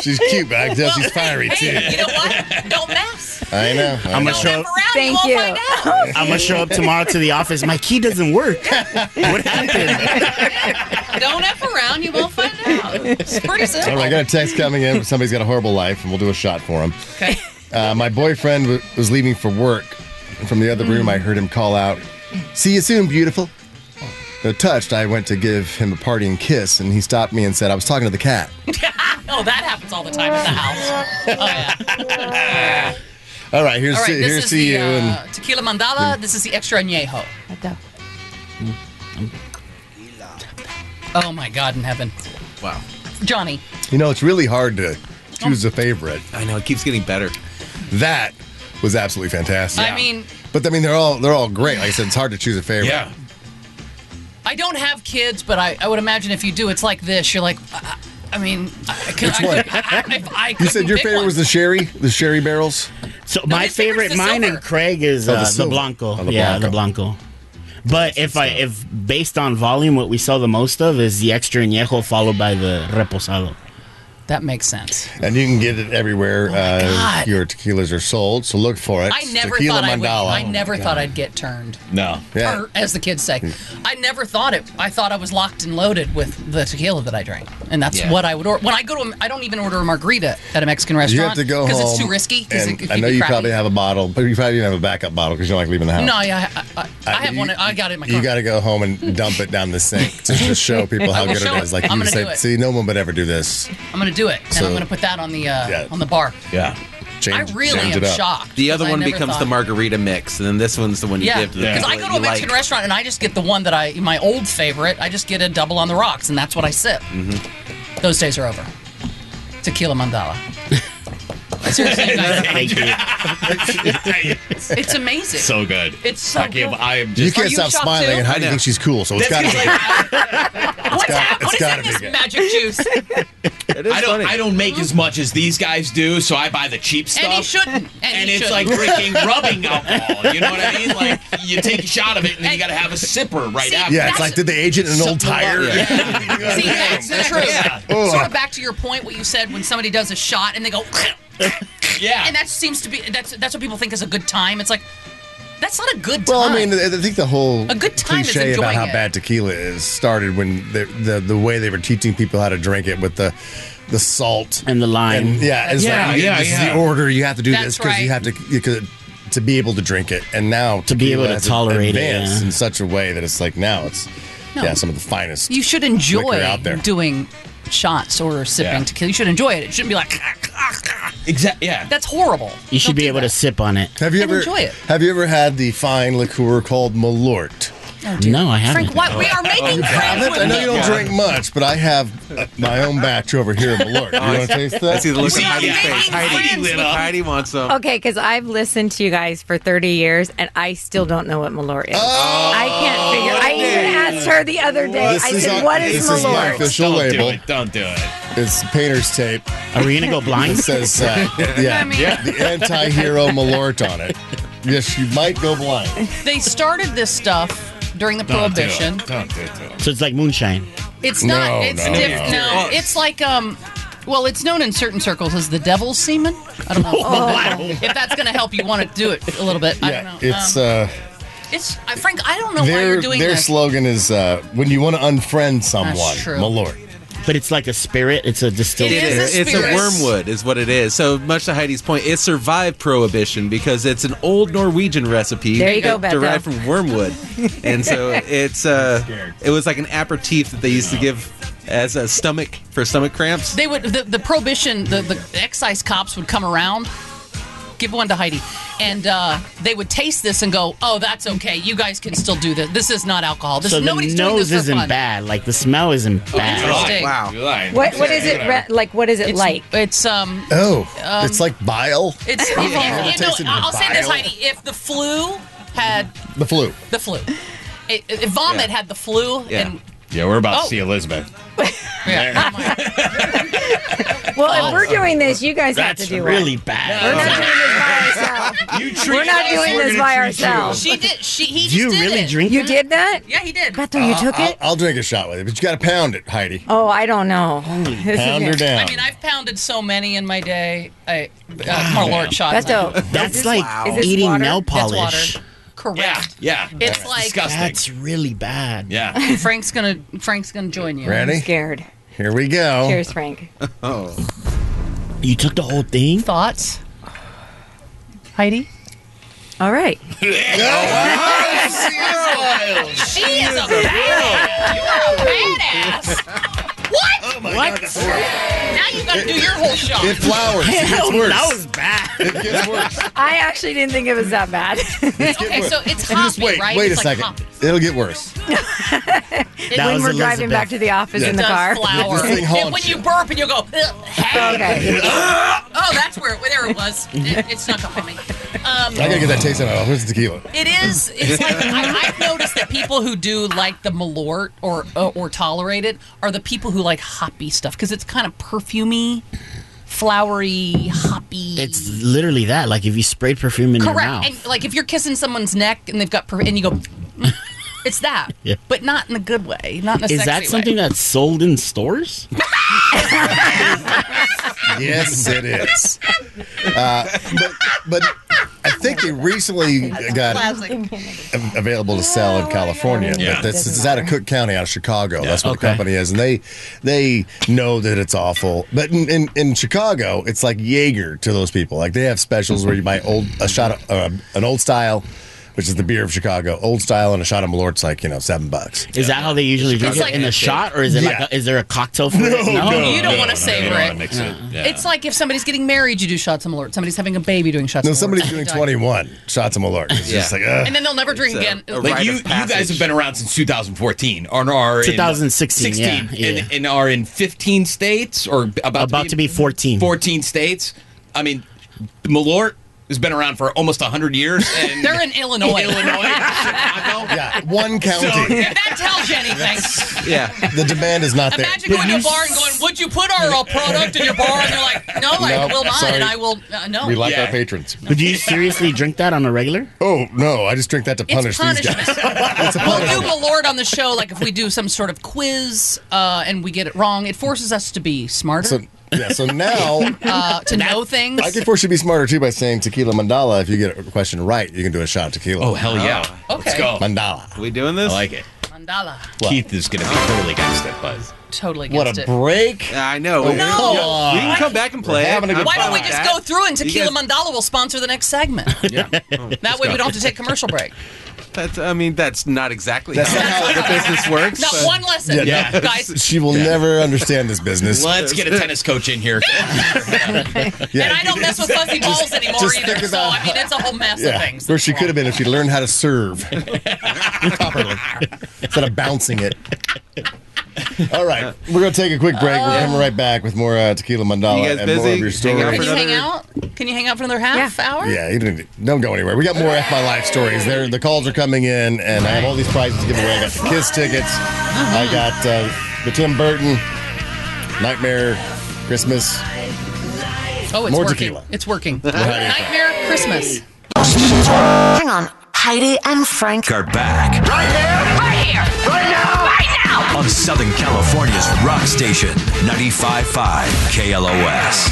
C: she's cute, but I can tell she's fiery too.
D: Hey, you know what? Don't mess.
C: I know. I
F: I'm
C: know.
F: gonna show.
D: Around, you.
B: Thank
D: won't
B: you.
D: Find out.
F: I'm gonna show up tomorrow to the office. My key doesn't work. What happened?
D: Don't f around. You won't find out. It's pretty simple.
C: All right, I got a text coming in. Somebody's got a horrible life, and we'll do a shot for him.
D: Okay.
C: Uh, my boyfriend w- was leaving for work, and from the other room, I heard him call out, "See you soon, beautiful." Though touched, I went to give him a partying kiss, and he stopped me and said, "I was talking to the cat."
D: Oh, that happens all the time at the house. Oh, yeah.
C: All right, here's
D: All right,
C: to,
D: this
C: here's
D: is
C: to
D: the
C: you.
D: uh,
C: and Mm.
D: tequila mandala. This is the extra añejo. Oh my God in heaven,
H: Wow.
D: Johnny.
C: You know, it's really hard to choose a favorite.
H: I know, it keeps getting better.
C: That was absolutely fantastic.
D: I mean,
C: but I mean, they're all they're all great. Like I said, it's hard to choose a favorite.
E: Yeah.
D: I don't have kids, but I, I would imagine if you do, it's like this. You're like, I, I mean, I, could,
C: Which
D: I,
C: one?
D: could- I, I, I
C: You said your favorite was the sherry, the sherry barrels.
F: So my
D: his favorite's
F: favorite,
D: the
F: mine
D: silver.
F: and Craig is
C: Oh,
F: uh,
C: the
F: the,
C: silver.
F: Blanco.
C: Oh, the
F: yeah, the Blanco. But if I if based on volume, what we sell the most of is the extra añejo followed by the reposado.
D: That makes sense.
C: And you can get it everywhere uh,
D: Oh God.
C: your tequilas are sold. So look for it.
D: I never
C: Tequila
D: thought I would.
C: Mandala. Oh,
D: I never thought I'd get turned.
E: No.
C: Yeah. Hmm.
D: Or, as the kids say, I never thought it. I thought I was locked and loaded with the tequila that I drank, and that's
E: Yeah.
D: what I would order. When I go to, a, I don't even order a margarita at a Mexican
C: You
D: restaurant
C: have to go home
D: because it's too risky. Because
C: and I know you probably have a bottle, but you probably even have a backup bottle because you don't like leaving the house. Uh,
D: No, yeah, I, I, I, I have
C: you-
D: one. I got it in my car.
C: You got to go home and dump it down the sink to just show people how
D: will
C: good it
D: show
C: is.
D: it.
C: Like you
D: I'm gonna
C: say,
D: do it.
C: see, no one would ever do this.
D: I'm gonna do it, and
C: So-
D: I'm gonna put that on the uh,
C: Yeah.
D: on the bar.
E: Yeah.
C: Change,
D: I really
C: change
D: am
C: it up.
D: shocked.
H: The other
D: 'cause I
H: one
D: never
H: becomes
D: thought-
H: the margarita mix, and then this one's the one you
D: Yeah,
H: give to the
D: because
H: people
D: I
H: that
D: go to a
H: you like.
D: Mexican restaurant and I just get the one that I my old favorite. I just get a double on the rocks, and that's what I sip.
C: Mm-hmm.
D: Those days are over. Tequila mandala. Seriously, you guys,
F: Thank you.
D: it's amazing.
E: so good.
D: It's so
E: I can't-
D: good.
E: I am
C: You
E: just.
C: can't
D: you
C: stop
D: shocked
C: smiling
D: too?
C: at how do you
H: I know.
C: think she's cool. So it's got to be.
D: What's
C: got-
D: hap-
C: it's
D: What is
C: gotta
D: in
C: be
D: this
C: good.
D: magic juice?
H: It is
E: I don't.
H: funny.
E: I don't make as much as these guys do, so I buy the cheap stuff.
D: and he shouldn't. And,
E: And
D: he
E: it's like
D: shouldn't.
E: drinking rubbing alcohol. You know what I mean? Like you take a shot of it, and then you got to have a sipper right
D: See,
E: after.
C: Yeah, it's
D: That's-
C: like did they age it in an old
E: Something like-
C: tire?
E: Yeah.
D: See, that's the truth.
E: Yeah.
C: Oh.
D: Sort of back to your point, what you said when somebody does a shot and they go,
E: Yeah.
D: and that seems to be that's that's what people think is a good time. It's like that's not a good time.
C: Well, I mean, I I think the whole
D: A good time is
C: cliche about
D: enjoying
C: how
D: it.
C: bad tequila is started when the, the the way they were teaching people how to drink it with the the salt
F: And the lime.
C: And, yeah, it's
E: Yeah,
C: like
E: yeah,
C: this is
E: yeah.
C: the order you have to do this
D: That's
C: because you have
D: right
C: to you could, to be able to drink it, and now
F: To be able
C: tequila
F: to
C: has
F: tolerate it,
C: advanced
F: yeah.
C: in such a way that it's like now it's yeah some of the finest.
D: you should enjoy
C: liquor out there.
D: doing shots or sipping
E: Yeah.
D: tequila. You should enjoy it. It shouldn't be like
E: Exactly. Yeah.
D: that's horrible.
F: You should be able to sip on it.
C: have you
D: and
C: ever
D: enjoy it.
C: have you ever had the fine liqueur called Malort?
F: No, I haven't.
D: Frank, what we are making friends
C: I
D: with
C: know you don't drink much, but I have uh, my own batch over here of Malort. You want to taste that?
H: I see the look on Heidi's
E: yeah,
H: face.
E: Heidi
H: Heidi,
E: lit up.
H: Heidi wants some.
B: Okay, because I've listened to you guys for 30 years and I still don't know what Malort is. I can't figure. I even asked her the other day.
C: Oh, This
B: I
C: is
B: said,
C: our-
B: "What is
C: this is my
B: Malort?"
C: official
E: don't
C: label.
E: do it. Don't do it.
C: It's painter's tape.
F: Are we gonna go
C: It
F: blind?
C: says, uh, yeah, the anti-hero Malort on it. Yes, you might go blind.
D: They started this stuff during the
E: Don't do
D: prohibition.
E: it. Don't do it. Don't do it.
F: so it's like moonshine.
D: It's not.
C: No,
D: it's
C: no,
D: diff-
C: no.
D: no.
F: Oh.
D: It's like um. Well, it's known in certain circles as the devil's semen. I don't know
F: Oh,
D: if that's going to help you want to do it a little bit. I don't
C: Yeah,
D: know.
C: it's
D: um,
C: uh,
D: it's I- Frank. I don't know why
C: their
D: you're doing
C: their
D: this.
C: slogan is uh, when you want to unfriend someone,
D: true.
C: Malort.
F: But it's like a spirit. It's a distilled.
D: It is.
F: spirit.
D: a
H: it's a
D: spirit.
H: wormwood, is what it is. So much to Heidi's point, it survived prohibition because it's an old Norwegian recipe.
B: There you go,
H: uh,
B: Beto.
H: derived from wormwood, and so it's uh, it was like an aperitif that they used to give as a stomach for stomach cramps.
D: They would the, the prohibition the, the excise cops would come around, give one to Heidi, and uh, they would taste this and go, "Oh, that's okay. You guys can still do this. This is not alcohol. This
F: So the
D: nobody's doing
F: nose
D: this for
F: isn't
D: fun."
F: bad. Like the smell isn't
E: You're
F: bad.
E: lying.
D: interesting.
H: Wow.
E: You're lying.
B: What what is it
E: Whatever.
B: re- like? What is it
D: It's
B: like?
D: it's um
C: Oh, it's like bile,
D: it's if- if- if- no,
C: tasted
D: I'll say this,
C: vile.
D: Heidi. If the flu had
C: the flu.
D: the flu. It, it- it- vomit
H: Yeah.
D: had the flu,
H: Yeah.
D: and
E: Yeah, we're about
D: Oh.
E: to see Elizabeth.
D: yeah, oh my-
B: Well, if we're doing this, you guys have
F: That's
B: to do
F: really
B: it. We're
F: bad.
B: not doing this by ourselves.
E: You
B: We're
E: treat
B: not
E: us,
B: doing
E: we're
B: this
E: gonna
B: by
E: treat
B: ourselves.
D: she did. She he
F: Do you
D: just did
F: really
D: it.
F: drink?
B: You
F: that?
B: did that?
D: Yeah, he did.
B: Beto, you took
C: I'll,
B: it?
C: I'll drink a shot with it, but you got to pound it, Heidi.
B: Oh, I don't know. This
C: Pound her
B: is it.
C: down.
D: I mean, I've pounded so many in my day. I uh, my lord shot.
B: Beto,
F: That's like
B: Is this
F: eating
B: water?
F: nail
B: That's
D: That's
F: polish.
D: water. Correct.
E: you. Yeah, yeah.
D: It's like
E: disgusting.
F: That's really bad.
E: yeah.
D: Frank's gonna Frank's gonna join you.
C: Ready?
B: scared.
C: Here we go.
B: Cheers, Frank.
F: You took the whole thing.
D: Thoughts, Heidi?
B: All right.
D: She is a badass. You are a badass. What?
C: Oh my
F: What?
C: god, that's horrible.
D: Now you got to do your whole shot.
C: It flowers. It gets worse.
F: that was bad.
C: It gets worse.
B: I actually didn't think it was that bad.
D: okay, so it's
C: You just
D: hoppy,
C: wait.
D: right?
C: Wait
D: it's
C: a
D: like
C: second.
D: hoppy.
C: It'll get worse.
F: That
B: when
F: was
B: we're driving
F: Elizabeth.
B: back to the office
C: Yeah.
B: in the
D: Does
B: car.
D: flower.
C: This thing
D: And
C: haunts
D: when
C: you.
D: you burp and you'll go,
B: Okay.
D: oh, that's where, there it was. It, it snuck up on me. Um,
C: I gotta get that taste out of it. Where's the tequila?
D: It is. It's like I, I've noticed that people who do like the Malort or uh, or tolerate it are the people who like hoppy stuff because it's kind of perfumey, flowery, hoppy.
F: It's literally that. Like if you sprayed perfume in your
D: correct.
F: mouth.
D: And like if you're kissing someone's neck and they've got per- and you go, "Mm," it's that.
F: Yeah.
D: But not in a good way. Not in a sexy
F: is that something
D: way.
F: that's sold in stores?
C: Yes, it is. Uh, but, but I think they recently got it av- available to sell
D: Oh,
C: in California.
E: Yeah.
C: But this it's out of Cook County, out of Chicago. That's what
F: Okay.
C: the company is, and they they know that it's awful. But in, in, in Chicago, it's like Jaeger to those people. Like they have specials where you buy old a shot of uh, an old style. Which is the beer of Chicago, old style, and a shot of Malort's like you know seven bucks.
F: Is that how they usually drink
E: It's
F: it
D: like-
F: in a shot, or is it
C: Yeah.
F: like a, is there a cocktail for it?
D: you don't wanna savor
E: wanna
D: it. Uh-uh.
E: mix it. Yeah.
D: It's like if somebody's getting married, you do shots of Malort. Somebody's having a baby, doing shots.
C: No,
D: of Malort.
C: somebody's doing twenty one shots of Malort. It's just
E: Yeah.
C: like uh, ugh.
D: And then they'll never drink
H: It's a-
D: again.
H: a
E: like
H: rite
E: you,
H: of
E: you guys have
H: passage.
E: been around since 2014 or are in
F: 2016,
E: 16,
F: yeah, yeah.
E: And, and are in 15 states or about,
F: About to be 14.
E: 14 states. I mean, Malort has been around for almost 100 years. And
D: They're in Illinois.
E: Illinois, Chicago.
C: yeah, one county.
D: If that tells you anything.
H: Yeah.
C: The demand is not there.
D: Imagine going to a bar and going, "Would you put our uh, product in your bar?" And they're like, "No,
C: No,
D: I will not,
C: sorry.
D: and I will uh, no."
C: We like
E: Yeah.
C: our patrons.
F: Would you seriously drink that on a regular?
C: Oh no, I just drink that to
D: it's
C: punish these
D: punishment.
C: guys. It's a
D: we'll do
C: punishment.
D: Malord on the show, like if we do some sort of quiz uh, and we get it wrong, it forces us to be smarter,
C: So yeah, so now
D: uh, to know things.
C: I can force you to be smarter too by saying tequila mandala. If you get a question right, you can do a shot of tequila.
E: Oh, hell yeah. Let's
D: Okay.
E: go.
C: mandala.
H: We doing this?
E: I like it.
D: Mandala,
E: Keith is going to be totally against it, but
D: totally
C: What
D: against
C: a
D: it.
C: break.
H: I know.
C: Oh,
H: We-
D: No.
H: We can come back and play.
C: We're having a
H: it.
C: good
H: I'm
D: Why don't
H: fine
D: we
H: with
D: just
H: that.
D: go through and
H: You
D: Tequila
H: guys-
D: Mandala will sponsor the next segment.
E: yeah.
D: That way we don't have to take commercial break.
H: That's, I mean, that's not exactly
C: That's
H: how
C: not how
H: the business works.
D: Not
H: but-
D: one lesson,
C: Yeah,
E: no.
D: guys.
C: She will never understand this business.
E: Let's get a tennis coach in here.
C: Yeah.
D: and I don't mess with fuzzy balls anymore
C: just
D: either.
C: think
D: So
C: about-
D: I mean, it's a whole mess
C: Yeah,
D: of things.
C: where she could have been if she'd learned how to serve properly instead of bouncing it. All right, we're gonna take a quick break. We're coming right back with more uh, tequila mandala
H: You guys
C: and more of
H: busy?
C: your stories.
H: Hang out
D: Can you hang
H: Another-
D: out? Can you hang out for another half hour?
C: Yeah, you didn't, don't go anywhere. We got more F My Life stories. There, the calls are coming in, and I have all these prizes to give away. I got the Kiss tickets. I got uh, the Tim Burton Nightmare Christmas.
D: Oh, it's
C: More
D: working.
C: tequila.
D: It's working.
C: Right.
D: Nightmare Christmas.
I: Hang on. Heidi and Frank.
A: Are back on Southern California's rock station 95.5 KLOS.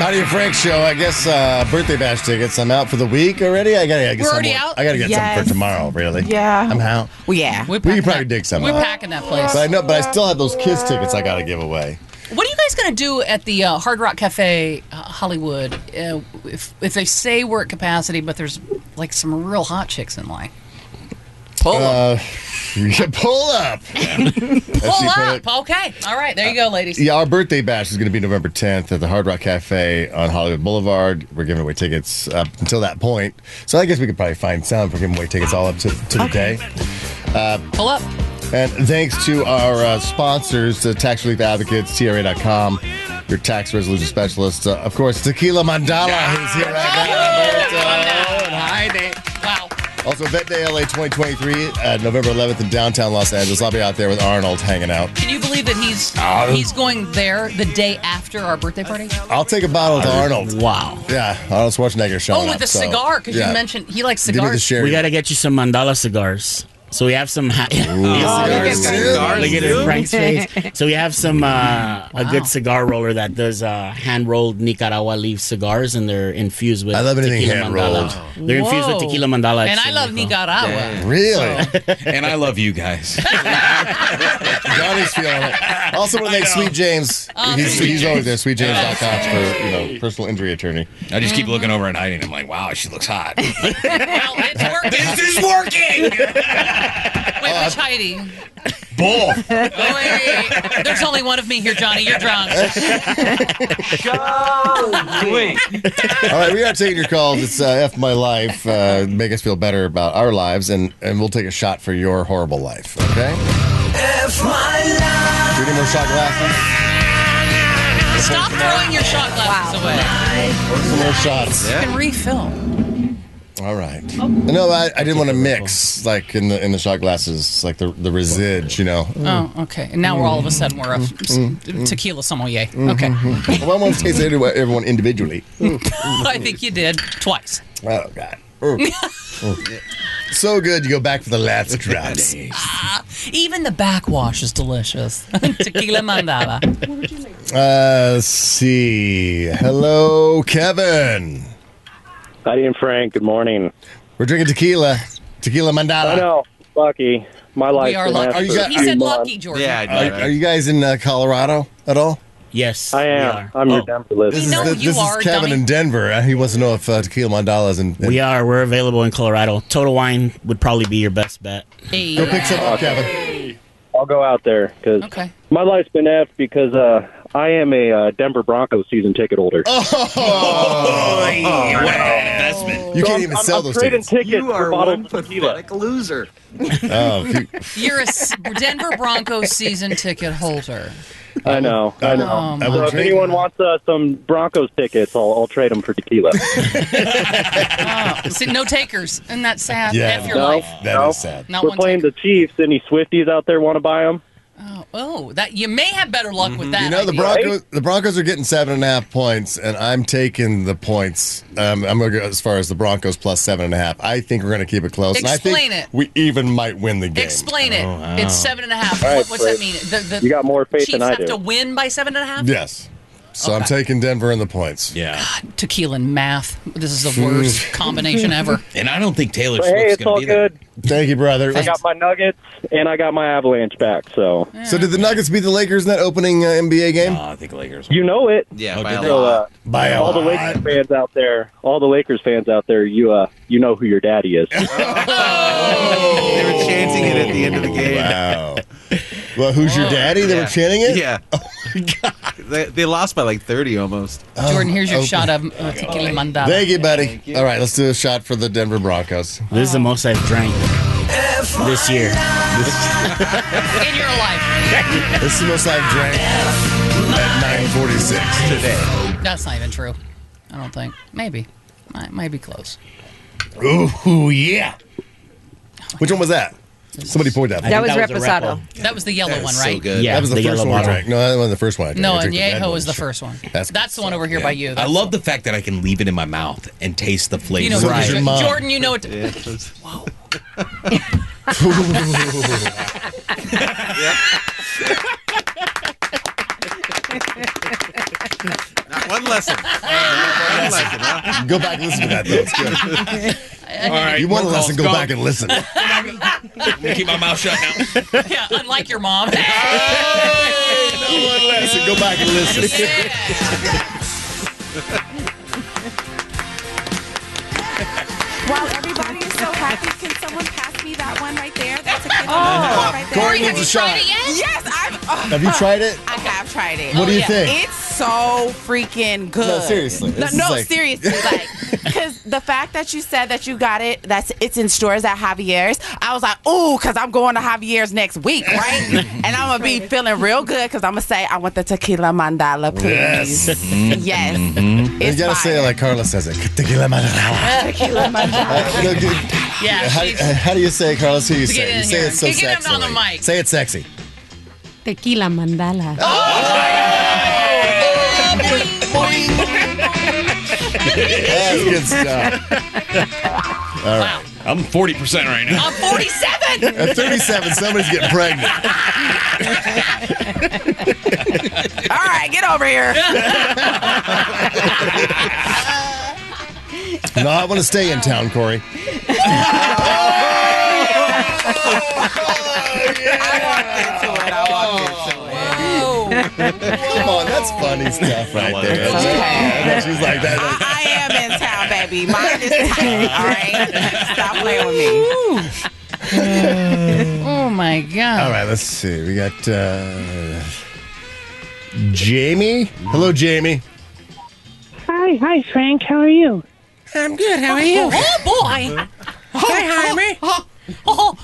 C: Naughty and Frank show. I guess uh, birthday bash tickets. I'm out for the week already. I gotta. I guess
D: We're already
C: I'm-
D: out?
C: I gotta get something
I: Yes.
C: for tomorrow. Really?
I: Yeah.
C: I'm out.
I: Well, yeah.
D: We
C: can probably dig some
D: We're
C: out.
D: packing that place.
C: But I know. But I still have those Kiss tickets. I gotta give away.
D: What are you guys going to do at the uh, Hard Rock Cafe, uh, Hollywood, uh, if, if they say we're at capacity, but there's like some real hot chicks in line? Pull up.
C: You should pull up. As she
D: Pull
C: put
D: up.
C: it.
D: Okay. All right. There you go, ladies.
C: Yeah, our birthday bash is going to be November 10th at the Hard Rock Cafe on Hollywood Boulevard. We're giving away tickets up until that point. So I guess we could probably find some for giving away tickets all up to, to the day.
D: Pull up.
C: And thanks to our uh, sponsors, the Tax Relief Advocates, TRA.com, your tax resolution specialist. Uh, of course, Tequila Mandala is here right now. Roberto.
D: Wow.
C: Also, Vet Day LA 2023, uh, November 11th in downtown Los Angeles. I'll be out there with Arnold hanging out.
D: Can you believe that he's
C: Um,
D: he's going there the day after our birthday party?
C: I'll take a bottle to Arnold.
F: Wow.
C: Yeah, Arnold Schwarzenegger showing
D: Oh,
C: up,
D: with a
C: so,
D: cigar because
C: yeah.
D: you mentioned he likes
C: Give me the
D: cigars.
C: sherry.
F: We gotta get you some mandala cigars. So we have some. Ha- Oh,
C: Cigars,
H: Cigars,
C: too.
H: cigars,
F: Look at
H: too?
F: it, Frank's face. So we have some uh, a
D: Wow.
F: good cigar roller that does uh, hand rolled Nicaragua leaf cigars, and they're infused with.
C: I love anything
F: tequila
C: hand-rolled.
F: mandala. They're infused with
D: Whoa.
F: tequila mandala.
D: And
F: It's
D: I love
F: really cool.
D: Nicaragua.
C: Really?
E: and I love you guys.
C: Donnie's feeling it. Also, want to thank Sweet James. he's
E: Sweet
C: he's always there. SweetJames.com for
E: Yeah.
C: you know personal injury attorney.
E: I just keep looking over at Heidi and I'm like, wow, she looks hot.
D: Well, it's working.
E: this is working!
D: Wait,
C: Uh,
D: which Heidi?
E: Both.
D: Oh, wait, wait, wait. There's only one of me here, Johnny. You're drunk.
C: All right, we are taking your calls. It's uh, F My Life. Uh, make us feel better about our lives, and, and we'll take a shot for your horrible life, okay?
A: F my life.
C: Do you need more shot glasses?
D: Stop throwing your shot glasses away.
C: Some more shots.
D: You can refill.
C: All right. No, I, I didn't want to mix, like, in the in the shot glasses, like the, the resid, you know.
D: Oh, okay. And now we're all of a sudden we're a f-
C: Mm-hmm.
D: tequila sommelier. Okay.
C: Well, I want to taste everyone everyone individually.
D: I think you did twice.
C: Oh God. Oh. Oh. So good, you go back for the last drops.
D: Even the backwash is delicious. tequila mandala.
C: Uh, let's see. Hello, Kevin.
J: Heidi and Frank, good morning.
C: We're drinking tequila, tequila mandala.
J: I know, lucky. My life.
D: We are
J: been
D: lucky.
J: asked
C: Are you
J: for
C: got-
J: a
D: He
J: few
D: said
J: months.
D: lucky, Jordan.
H: Yeah, I
C: Are,
H: know,
C: are
H: right?
C: you guys in uh, Colorado at all?
F: Yes.
J: I
F: we
J: am.
F: are.
J: I'm your
F: Oh,
J: Denver listener.
C: This
D: No,
C: is,
D: you
C: this
D: are,
C: is Kevin
D: dummy.
C: in Denver. Uh, He wants to know if uh, tequila mandala's in. in
F: We are. We're available in Colorado. Total Wine would probably be your best bet.
D: Hey.
C: Go pick some up, Kevin.
J: I'll go out there because
D: Okay.
J: my life's been effed because uh, I am a uh, Denver Broncos season ticket holder. Oh,
E: what an investment.
C: You can't even
J: I'm,
C: sell
J: I'm
C: those
J: trading
C: tickets.
J: tickets for bottles of tequila.
A: loser.
C: Oh, if you-
D: You're a s- Denver Broncos season ticket holder.
J: I know. I know.
D: Um,
C: I
J: so
C: will
J: if
C: drink.
J: anyone wants uh, some Broncos tickets, I'll, I'll trade them for tequila.
D: See, no takers. Isn't that sad?
C: Yeah.
D: F your
J: No.
D: life.
C: That
J: No.
C: is sad.
D: Not
J: We're
D: one
J: playing
D: taker.
J: the Chiefs. Any Swifties out there want to buy them?
D: Oh, oh, that you may have better luck with that.
C: Mm-hmm. You know the
D: idea.
C: Broncos. The Broncos are getting seven and a half points, and I'm taking the points. Um, I'm going to go as far as the Broncos plus seven and a half. I think we're going to keep it close.
D: Explain
C: and I
D: it.
C: think We even might win the game. Oh,
D: Explain it. It's seven and a half.
J: right,
D: what, what's that
J: Brave.
D: mean? The, the
J: You got more faith
D: Chiefs
J: than I
D: have
J: do.
D: to win by seven and a half.
C: Yes. So I'm taking Denver and the points.
E: Yeah.
D: Tequila and math. This is the worst combination ever.
E: And I don't think Taylor
J: But
E: Swift's
J: hey, it's
E: going
J: all
E: to be there.
J: good.
C: Thank you, brother.
J: I got my Nuggets and I got my Avalanche back. So
C: So did the Nuggets beat the Lakers in that opening uh, NBA game?
E: Aw, I think Lakers.
J: you know it.
H: Yeah,
E: Oh,
H: by
E: did
H: a
E: they?
J: So,
H: lot.
J: uh,
C: By a
J: all the
C: lot.
J: Lakers fans out there, all the Lakers fans out there, you uh, you know who your daddy is.
C: Oh!
H: They were chanting it at the end of the game.
C: Wow. well, who's your daddy? They were
H: Yeah.
C: chanting it. Oh
H: Yeah. They, they lost by like 30 almost.
D: Jordan, here's your
C: Oh, okay. Oh,
D: shot of uh, tequila mandala.
C: Thank you, buddy. All right, let's do a shot for the Denver Broncos.
F: This is the most I've drank this year.
D: In your life.
C: This is the most I've drank at 9:46 today.
D: That's not even true. I don't think. Maybe. Might, might be close.
C: Ooh yeah. Which one was that? Somebody poured that.
B: That was
F: that was a
B: reposado.
F: repo.
D: That was the yellow one,
E: So
D: right?
E: good.
F: Yeah,
C: that was the,
F: the
C: first
F: yellow
C: one I
F: bottle.
C: drank. No, that wasn't the first one. I drank.
D: No,
C: I
D: and
C: drank the red
D: Yeho
C: one.
D: is the
C: Sure.
D: first one.
C: That's
D: That's,
C: good
D: the one over here
C: stuff,
D: by
C: yeah.
D: you.
E: I
D: That's
E: love the fact that I can leave it in my mouth and taste the flavor.
D: You know,
C: So does your mom.
D: Jordan, you know it.
H: Yeah. that's- Not one lesson. Not one lesson, huh?
C: Go back and listen to that. Though. It's good.
E: All right,
C: you want to
E: we're
C: listen? Go
E: all-
C: back and listen.
E: I'm gonna keep my mouth shut now.
D: Yeah, unlike your mom.
C: listen. Go back and listen.
K: While everybody is so happy, can someone pass me that one right there? That's a kid right there.
C: Corey needs a shot.
K: Yes, I've. oh,
C: Have you tried it?
K: I have tried it. Oh,
C: What do you
D: yeah.
C: think?
K: It's so freaking good.
C: No, seriously.
K: No,
C: This is
K: no,
C: like-
K: seriously. Like, because the fact that you said that you got it, that's it's in stores at Javier's. I was like, ooh, because I'm going to Javier's next week, right? and I'm gonna be feeling real good because I'm gonna say I want the tequila mandala, please.
C: Yes. Mm-hmm.
K: Yes.
C: You
K: It's
C: gotta say it
K: fire.
C: like Carla says it. Tequila Manila.
K: tequila mandala.
C: Uh, no, g-
D: Yeah,
C: how,
D: she's-
C: uh, how do you say it, Carlos? Who you say? it?
D: in
C: You say
D: here.
C: it so
D: Get him
C: sexy.
D: on the mic. Oh,
C: Say it sexy. Oh!
I: Tequila mandala.
C: That's good stuff. All right.
E: I'm 40% right now.
D: I'm 47.
C: At 37, somebody's getting pregnant.
K: All right, get over here.
C: No, I want to stay in town, Corey.
K: I walked into it. I
C: Come on, that's funny stuff right there.
K: That's okay.
C: Yeah, She's like that.
K: I am in town, baby. Mine is tight. All right, stop playing with me.
D: oh my god!
C: All right, let's see. We got uh, Jamie. Hello, Jamie.
L: Hi, hi, Frank. How are you?
M: I'm good. How are you?
D: Oh boy!
M: Hi, Jaime.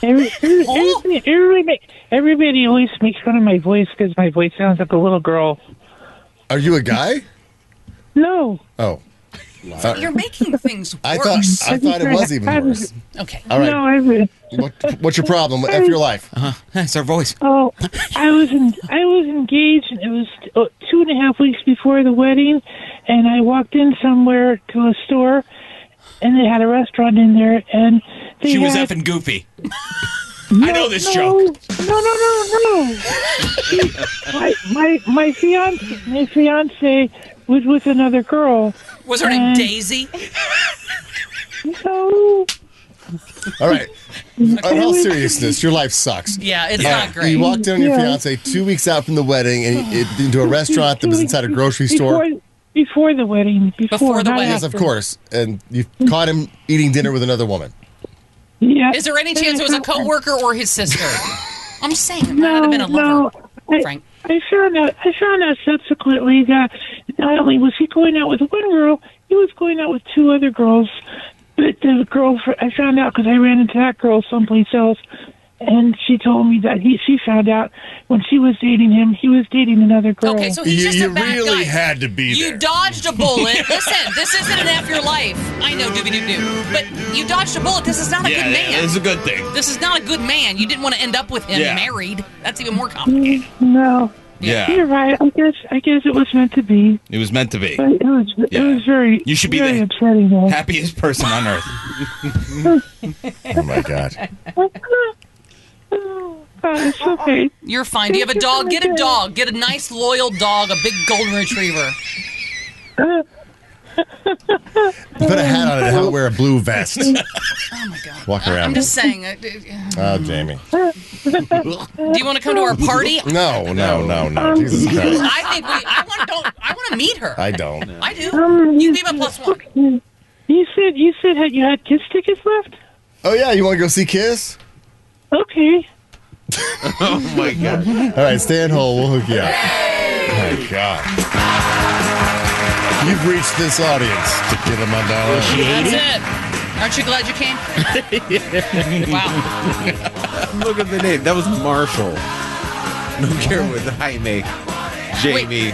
L: Every, every, every- everybody, everybody always makes fun of my voice because my voice sounds like a little girl.
C: Are you a guy?
L: No.
C: Oh. Uh,
D: You're making things worse.
C: I thought I thought it was even worse.
D: Okay.
C: All right.
L: No, I was.
C: What, what's your problem with your life?
M: Uh-huh. It's our voice.
L: Oh, I was in, I was engaged, and it was oh, two and a half weeks before the wedding, and I walked in somewhere to a store, and they had a restaurant in there, and they
E: She was
L: had,
E: effing goofy.
L: No,
E: I know this
L: no,
E: joke.
L: No, no, no, no. He- my, my my fiance my fiance was with another girl.
D: Was her name
L: and-
D: Daisy?
L: No.
C: All right. In all seriousness, your life sucks.
D: Yeah, it's
C: All
D: not
C: right,
D: great.
C: You walked in on your
L: Yeah.
C: fiance two weeks out from the wedding and it, into a restaurant that was inside a grocery store.
L: Before, before the wedding. Before, not
C: Yes, of
L: after.
C: course. And you caught him eating dinner with another woman.
L: Yeah.
D: Is there any chance it was a coworker or his sister? I'm saying it might
L: No,
D: have been a lover.
L: no. I,
D: Frank.
L: I found out. I found out subsequently that not only was he going out with one girl, he was going out with two other girls. But the girl, fr- I found out because I ran into that girl someplace else, and she told me that he. She found out when she was dating him, he was dating another girl.
D: Okay, so he's just a bad guy.
C: had to be
D: You dodged a bullet. Listen, this isn't an F your life. I know, doobie doo doo. But you dodged a bullet. This is not a
E: Yeah,
D: good
E: yeah,
D: man.
E: it's a good thing.
D: This is not a good man. You didn't want to end up with him
E: Yeah.
D: married. That's even more complicated.
L: Mm, no.
E: Yeah.
L: You're right. I guess. I guess it was meant to be.
E: It was meant to be.
L: But it was.
E: Yeah.
L: It was very.
E: You should be
L: very
E: the
L: upsetting. Though.
E: Happiest person on earth.
C: Oh my god.
L: Oh, it's okay.
D: You're fine. Do you have a dog? Get a dog. Get a nice, loyal dog, a big golden retriever.
C: Put a hat on and have it wear a blue vest. oh my god. Walk around.
D: I'm
C: with
D: just
C: it.
D: saying. uh,
C: Oh,
D: uh,
C: Jamie.
D: Do you want to come to our party?
C: No, no, no, no. Jesus Christ.
D: I think we. I want. Don't. I want to meet her.
C: I don't.
D: I do.
L: Um,
D: You can be my plus one.
L: You said you said that you had kiss tickets left.
C: Oh yeah, you want to go see Kiss?
L: Okay.
E: Oh my god.
C: All right, stay at home. We'll hook you up. Oh my god. You've reached this audience to get them on dollar.
D: That's it. Aren't you glad you came? Wow.
H: Look at the name. That was Marshall. No care with Jaime, Jamie.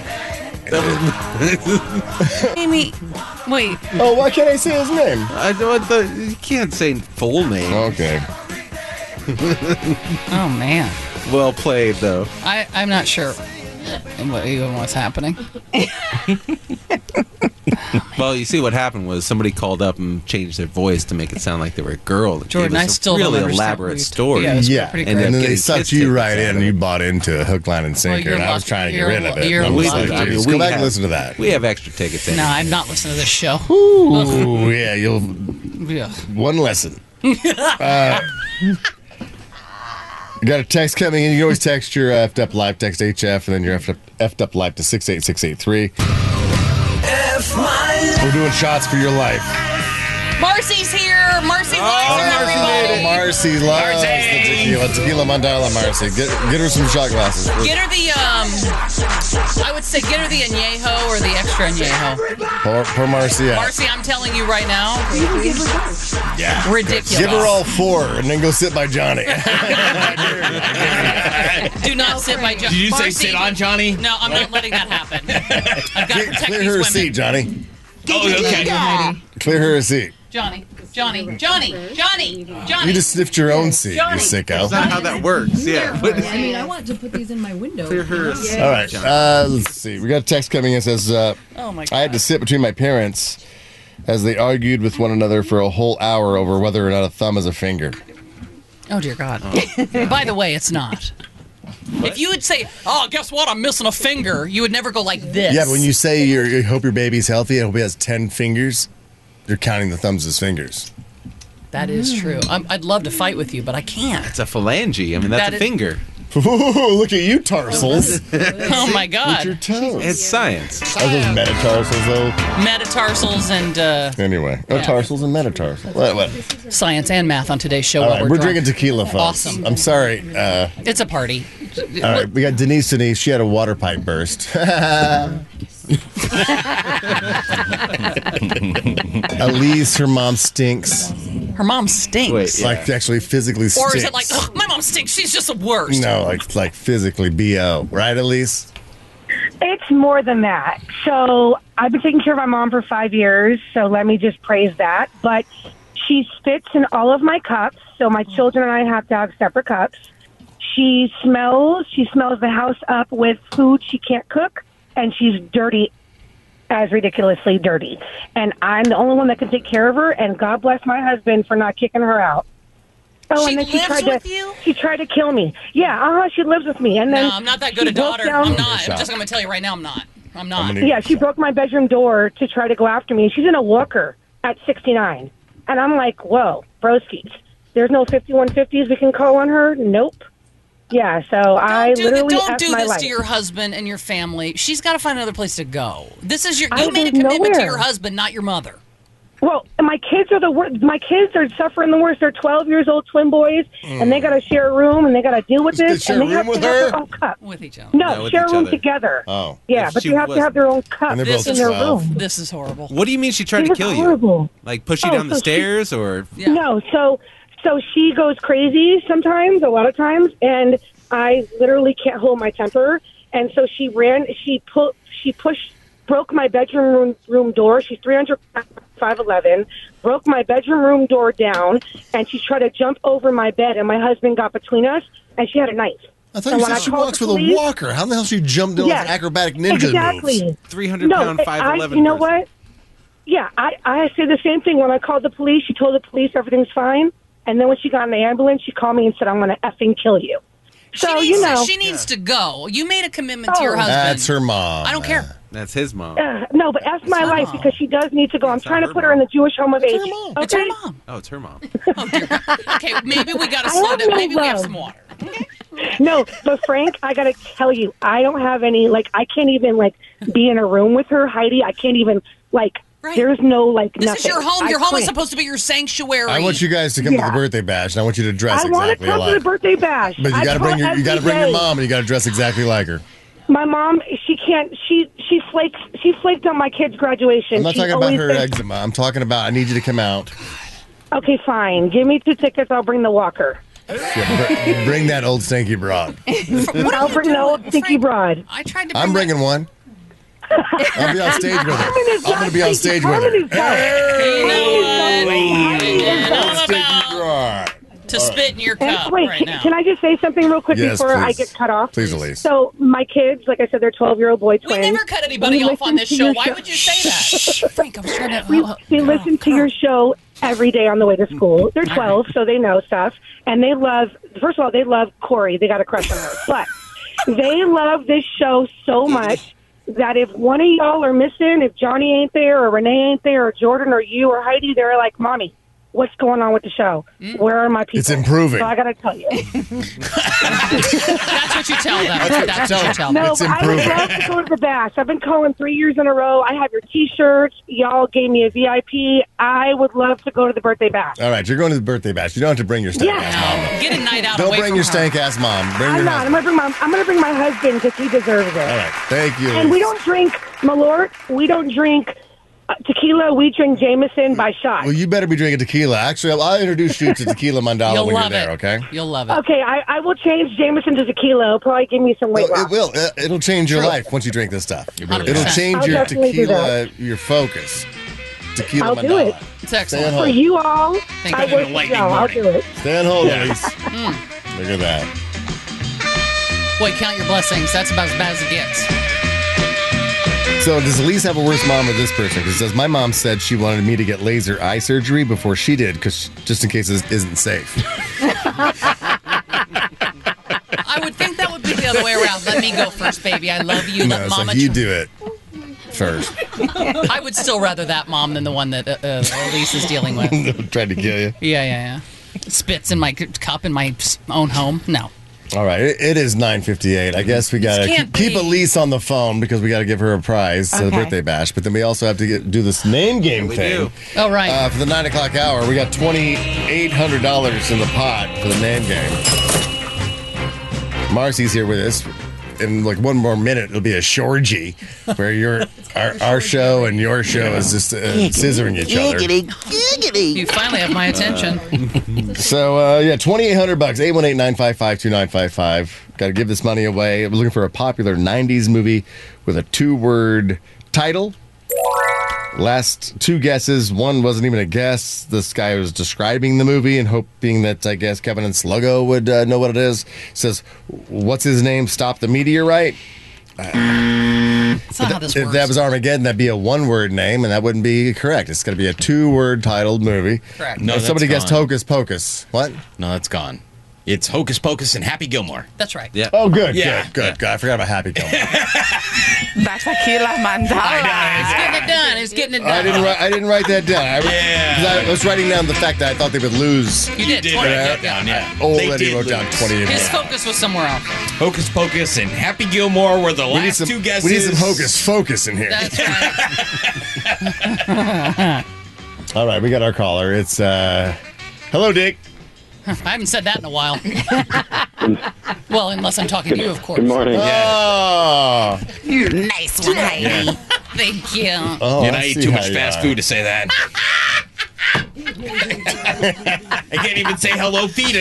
H: That was.
D: Amy, wait.
C: Oh, why can't I say his name?
H: I don't. The, you can't say full name.
C: Okay.
D: Oh man.
H: Well played though.
D: I. I'm not sure. What, even what's happening?
H: Well, you see what happened was somebody called up and changed their voice to make it sound like they were a girl. It
D: Jordan,
H: gave us
D: I
H: a
D: still don't
H: really
D: understand
H: elaborate
D: what you-
H: story.
D: Yeah, it's
C: Yeah,
D: pretty
C: and
H: great.
C: then
H: Getting
C: they
H: kiss
C: sucked you
H: tickets
C: right
H: out
C: in,
H: of
C: and
H: it.
C: you bought into hook, line, and sinker,
D: you're
C: and I was
D: lucky.
C: trying to get
D: You're
C: rid of
D: lu-
C: it.
D: you're
C: I was like,
D: lucky.
H: I mean,
C: "Dude,
H: we
C: go back
H: have-
C: and listen to that.
H: We have extra tickets.
D: No,
H: anyway.
D: I'm not listening to this show.
C: Ooh, yeah, you'll
D: Ugh.
C: one lesson. Uh, you got a text coming in. You can always text your uh, effed up live, text HF, and then your effed up, effed up live to six eight six eight three. We're doing shots for your life.
D: Marcy's here. Marcy loves her, everybody.
C: Marcy loves the
E: Marcy!
C: tequila. Tequila Mandala, Marcy. Get, get her some shot glasses.
D: Get her the um. I would say get her the añejo or the extra añejo.
C: Pour, pour Marcy out.
D: Marcy, I'm telling you right now. Yeah. Ridiculous.
C: Give her all four and then go sit by Johnny.
D: Do not sit by Johnny.
E: Did you say
D: Marcy,
E: sit on Johnny?
D: No, I'm not letting that happen. I've got to protect
C: Clear
D: these
C: her a
D: women.
C: seat, Johnny.
E: Oh, okay.
C: Clear her a seat.
D: Johnny, Johnny, Johnny, Johnny, Johnny.
C: You just sniffed your own seat, you
D: Johnny.
C: sicko.
H: That's not how that works. Yeah.
N: I mean, I want to put these in my window.
H: Clear her a seat.
C: All right. Uh, let's see. We got a text coming in that says, uh,
D: Oh my
C: I had to sit between my parents as they argued with one another for a whole hour over whether or not a thumb is a finger.
D: Oh dear God. By the way, it's not. If you would say, "Oh, guess what? I'm missing a finger," you would never go like this.
C: Yeah, but when you say you're, you hope your baby's healthy, I hope he has 10 fingers, you're counting the thumbs as fingers.
D: that is true. I'm, I'd love to fight with you, but I can't.
H: It's a phalange. I mean, that's
D: That
H: a
D: is-
H: finger.
C: Ooh, look at you, tarsals.
D: Oh my
C: With
D: God.
C: your toes.
H: It's science.
C: Are those metatarsals, though?
D: Metatarsals and uh,
C: Anyway, oh,
D: Yeah.
C: tarsals and metatarsals. What, what?
D: science and math on today's show.
C: All
D: while
C: right,
D: we're,
C: we're,
D: drunk.
C: drinking tequila, folks.
D: Awesome.
C: I'm sorry. Uh,
D: It's a party.
C: all right, we got Denise. Denise, she had a water pipe burst. Elise, her mom stinks.
D: Her mom stinks.
C: Like actually physically stinks.
D: Or is it like,
O: oh,
D: "Ugh, my mom stinks. She's just the worst.
C: No, like like physically bo. Right, Elise.
O: It's more than that. So I've been taking care of my mom for five years, so let me just praise that. But she spits in all of my cups, so my children and I have to have separate cups. She smells. She smells the house up with food she can't cook, and she's dirty as ridiculously dirty. And I'm the only one that can take care of her. And God bless my husband for not kicking her out. Oh,
D: She
O: and then she
D: lives
O: tried
D: with
O: to she tried to kill me. Yeah, uh huh. She lives with me, and then
D: No, I'm not that good
O: she
D: a
O: broke
D: daughter.
O: down-
D: I'm not. I'm just going to tell you right now, I'm not. I'm not.
O: yeah, she broke my bedroom door to try to go after me. She's in a walker at 69. And I'm like, whoa, broskies. There's no 5150s we can call on her? Nope. Yeah, so I
D: do,
O: literally
D: don't
O: effed
D: do
O: my
D: this
O: life.
D: to your husband and your family. She's got to find another place to go. This is your.
O: I
D: You made a
O: live
D: commitment to
O: nowhere.
D: your husband, not your mother.
O: Well, my kids are the worst. My kids are suffering the worst. They're 12 years old twin boys, and they got to share a room, and they got to deal with this.
C: share
O: and
C: a
O: they have
C: room
O: to
C: with
O: have
C: her?
O: their own cup.
D: With each other.
O: No,
H: No, with
O: share a
H: each
O: room
H: other.
O: together.
C: Oh.
O: Yeah,
H: If
O: but
H: she
O: you have to
H: wasn't-
O: have their own cup
H: And they're
O: in
H: both
O: their
H: 12.
O: room.
D: This is horrible.
H: What do you mean she tried
O: It
H: to
O: was
H: kill
O: horrible.
H: you? Like push you
O: Oh,
H: down the
O: so she-
H: stairs or
O: No, so so she goes crazy sometimes, a lot of times, and I literally can't hold my temper. And so she ran. She put. She pushed. Broke my bedroom room, room door. She's three hundred five eleven. Broke my bedroom room door down, and she tried to jump over my bed. And my husband got between us, and she had a knife.
C: I thought
O: And
C: you
O: when
C: said she
O: called
C: walks
O: the
C: with a
O: police-
C: walker. How the hell she jumped over
O: Yes,
C: acrobatic ninja
O: exactly.
C: moves?
H: 300
O: no,
H: pound,
O: I- I,
H: 5'11
O: you know what? Yeah, I, I say the same thing. When I called the police, she told the police everything's fine. And then when she got in the ambulance, she called me and said, I'm going to effing kill you. So,
D: she needs,
O: you know.
D: she needs to go. You made a commitment to
O: Oh.
D: your husband.
H: That's her
C: mom.
D: I don't care.
H: That's his mom.
O: uh, no, but F my life because she does need to go. I'm trying to put her in the Jewish home of age. Okay?
D: It's her mom.
H: Oh, it's her mom.
D: Okay, maybe we got to
O: I
D: slow
O: have
D: down.
O: no
D: Maybe we have
O: love.
D: some water.
O: no, but Frank, I gotta tell you, I don't have any. Like, I can't even like be in a room with her, Heidi. I can't even like. There's no like.
D: This
O: nothing.
D: is your home.
O: I
D: Your home
O: quit.
D: is supposed to be your sanctuary.
C: I want you guys to come
O: Yeah.
C: to the birthday bash, and I want you to dress
O: I want to
C: exactly
O: come to
C: alike.
O: the birthday bash.
C: But you
O: I
C: got to bring
O: call
C: your you got to
O: every
C: bring your
O: day.
C: mom, and you got to dress exactly like her.
O: My mom, she can't. She she flakes. She flaked on my kid's graduation.
C: I'm not
O: She
C: talking about
O: always
C: her
O: thinks-
C: eczema. I'm talking about I need you to come out.
O: Okay, fine. Give me two tickets. I'll bring the walker.
C: Yeah, br- bring that old stinky broad.
O: I'll bring the old stinky broad.
D: I tried
C: I'm bringing one. I'll be on stage with her.
O: Carmen is
C: I'm going to be on stage with her.
D: to spit in your
O: And
D: cup
O: wait,
D: right
O: can,
D: now.
O: can I just say something real quick
C: Yes,
O: before I
C: please.
O: get cut off?
C: Please, Elise.
O: So my kids, like I said, they're twelve-year-old boy twins.
D: We never cut anybody off on this show. Why would you say that? Frank, I was trying to. oh,
O: They listen to your show every day on the way to school. They're 12, so they know stuff. And they love, first of all, they love Corey. They got a crush on her. But they love this show so much that if one of y'all are missing, if Johnny ain't there, or Renee ain't there, or Jordan, or you, or Heidi, they're like, Mommy, what's going on with the show? Where are my people?
C: It's improving.
O: So I got to tell you.
D: That's what you tell them.
C: That's what you
D: That's
C: tell
D: what you
C: them.
D: tell them.
O: No,
C: It's
O: but I would
C: improving.
O: love to go to the bash. I've been calling three years in a row. I have your T-shirts. Y'all gave me a VIP. I would love to go to the birthday bash.
C: All right, you're going to the birthday bash. You don't have to bring your stank ass mom.
D: Get a night out.
C: Don't
D: away
C: bring
D: from
C: your
D: her.
C: stank ass mom. Bring
O: I'm
C: your
O: not. I'm
C: husband.
O: gonna bring my. I'm gonna bring my husband because he deserves it.
C: All right, thank you.
O: And we don't drink Malort. We don't drink uh, tequila. We drink Jameson by shot.
C: Well, you better be drinking tequila. Actually, I'll, I'll introduce you to tequila mandala
O: You'll
C: when you're
O: love
C: there.
O: it.
C: Okay.
D: You'll love
O: Okay, I, I will change Jameson to tequila. It'll probably give me some weight
C: Well,
O: loss.
C: it will. Uh, It'll change your
O: True.
C: life once you drink this stuff. It
O: will.
C: will change
O: I'll
C: your
O: definitely do
C: tequila,
O: that.
C: your focus. Tequila
O: I'll
C: mandala.
O: do it.
D: It's
C: excellent.
O: For you all,
C: Thank
O: I
C: you.
O: work with
C: Lightning
O: y'all. I'll
C: morning.
O: do it.
C: Stay on hold,
D: Yeah.
C: Elise.
O: Mm.
C: Look at that.
D: Boy, count your blessings. That's about as bad as it gets.
C: So does Elise have a worse mom or this person? Because it says my mom said she wanted me to get laser eye surgery before she did, because just in case this isn't safe.
D: I would think that would be the other way around. Let me go first, baby. I love you.
C: no,
D: Let
C: it's
D: mama.
C: like you do it first.
D: tr- I would still rather that mom than the one that uh, uh, Elise is dealing with.
C: Tried to kill you.
D: Yeah, yeah, yeah. Spits in my c- cup in my s- own home. No.
C: All right, it, it is 9:58. I guess we got to
D: can't
C: keep Elise on the phone because we got to give her a prize to the
D: Okay.
C: birthday bash. But then we also have to get, do this name game thing.
D: All right.
C: Uh, for the nine o'clock hour, we got twenty eight hundred dollars in the pot for the name game. Marcy's here with us. In like one more minute, it'll be a shorgy where your our, our show and your show is just uh, scissoring each other.
D: You finally have my attention.
C: So uh, yeah, twenty eight hundred bucks. Eight one eight nine five five two nine five five. Got to give this money away. I was looking for a popular '90s movie with a two word title. Last two guesses. One wasn't even a guess. This guy was describing the movie and hoping that I guess Kevin and Sluggo would uh, know what it is. Says, "What's his name? Stop the meteorite."
D: That's not how this
C: If
D: works.
C: that was Armageddon, that'd be a one-word name, and that wouldn't be correct. It's going to be a two-word titled movie.
E: Correct.
C: No,
E: No,
C: if somebody
E: that's
C: guessed
E: gone.
C: Hocus Pocus. What?
E: No, that's gone. It's Hocus Pocus and Happy Gilmore.
D: That's right.
E: Yeah.
C: Oh, good,
E: Yeah.
C: good, good, good. I forgot about Happy Gilmore.
K: That's Aquila Mandala.
D: It's getting it done. It's getting it done.
C: I didn't. Write, I didn't write that down. I, 'cause I was writing down the fact that I thought they would lose.
D: You did.
E: Did write that down, yeah.
C: I already wrote Oh, down twenty.
D: His
E: Yeah.
D: focus was somewhere else.
E: Hocus Pocus and Happy Gilmore were the
C: We need
E: last
C: some.
E: two guesses.
C: We need some hocus focus in here.
D: That's right.
C: All right, we got our caller. It's uh, hello, Dick.
D: I haven't said that in a while. well, unless I'm talking to you, of course.
C: Oh,
D: You nice one, Heidi. Thank you.
E: Oh, and I, ate too much fast food to say that. I can't even say hello feet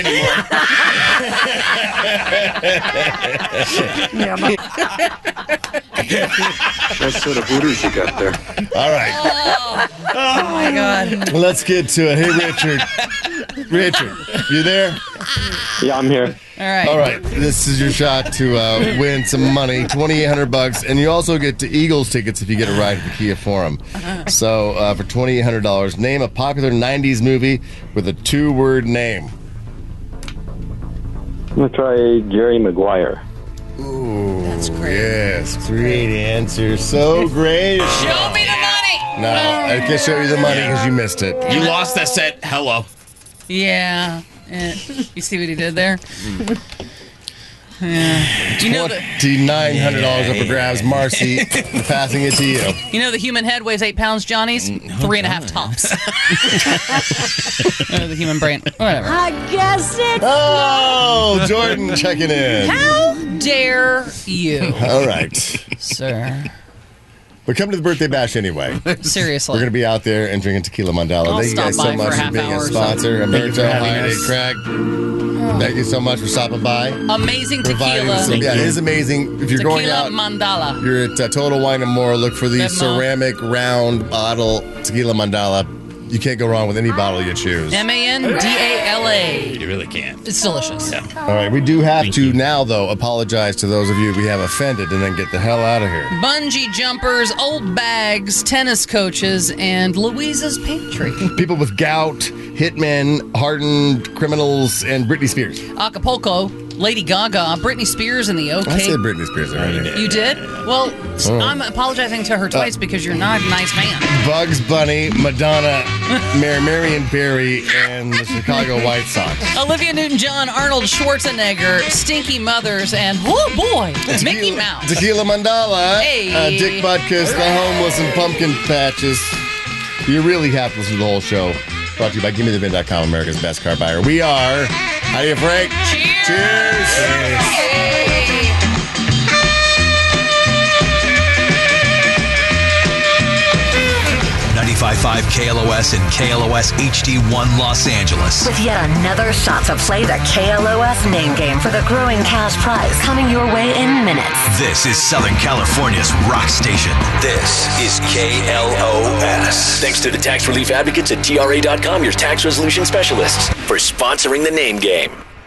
E: anymore.
P: What sort of hooters you got there?
C: All right,
D: Oh, my God.
C: well, let's get to it. Hey, Richard. Richard, you there?
P: Yeah, I'm here.
D: All right.
C: All right. This is your shot to uh, win some money, twenty eight hundred bucks, and you also get to Eagles tickets if you get a ride at the Kia Forum. So uh, for twenty eight hundred dollars, name a popular '90s movie with a two word name.
P: I'm gonna try Jerry Maguire.
C: Ooh, That's great. yes, great answer. So great.
D: Show me the money.
C: No, I can't show you the money because you missed it.
E: you lost that set. Hello.
D: Yeah. Eh, You see what he did there? Mm. Yeah. Do you know that?
C: Twenty nine hundred dollars up for grabs. Marcy, passing it to you.
D: You know the human head weighs eight pounds, Johnny's three and a half tops. Uh, the human brain, whatever.
B: I guess it.
C: Oh, Jordan checking in.
D: How dare you,
C: All right,
D: sir?
C: But come to the birthday bash anyway.
D: Seriously.
C: We're going to be out there and drinking tequila mandala.
D: I'll
C: Thank you
D: stop
C: guys
D: by
C: so
D: for
C: much
D: a
C: for
D: half
C: being
D: hour
C: a
D: or
C: sponsor.
D: something. Thank you for
C: American
D: having
C: Holiday
D: us.
C: Crack. Thank you so much for stopping by.
D: Amazing
C: Providing
D: tequila.
C: some- yeah, it is amazing. If you're
D: tequila
C: going out,
D: mandala.
C: you're at uh, Total Wine and More. Look for the
D: Venmo.
C: ceramic round bottle tequila mandala. You can't go wrong with any bottle you choose.
D: M A N D A L A.
E: You really can.
D: It's delicious.
C: All right, we do have to now though apologize to those of you we have offended, and then get the hell out of here.
D: Bungee jumpers, old bags, tennis coaches, and Louisa's pantry.
C: People with gout, hitmen, hardened criminals, and Britney Spears.
D: Acapulco, Lady Gaga, Britney Spears, and the OK.
C: I said Britney Spears already.
D: You did? Well, s-
C: Oh. Uh.
D: I'm apologizing to her twice because you're not a nice man.
C: Bugs Bunny, Madonna, Mary, Marion Barry, and the Chicago White Sox.
D: Olivia Newton John, Arnold Schwarzenegger, Stinky Mothers, and oh boy, Mickey Mouse.
C: Tequila Mandala,
D: Hey.
C: uh, Dick Butkus, The Homeless, and Pumpkin Patches. You really have to listen to the whole show. Brought to you by GimmeTheBin.com, America's best car buyer. We are. How do you, Frank? Cheers.
A: Ninety-five-five KLOS and KLOS HD1 Los Angeles.
I: With yet another shot to play the KLOS name game for the growing cash prize coming your way in minutes.
A: This is Southern California's rock station. This is KLOS.
Q: Thanks to the tax relief advocates at TRA.com, your tax resolution specialists, for sponsoring the name game.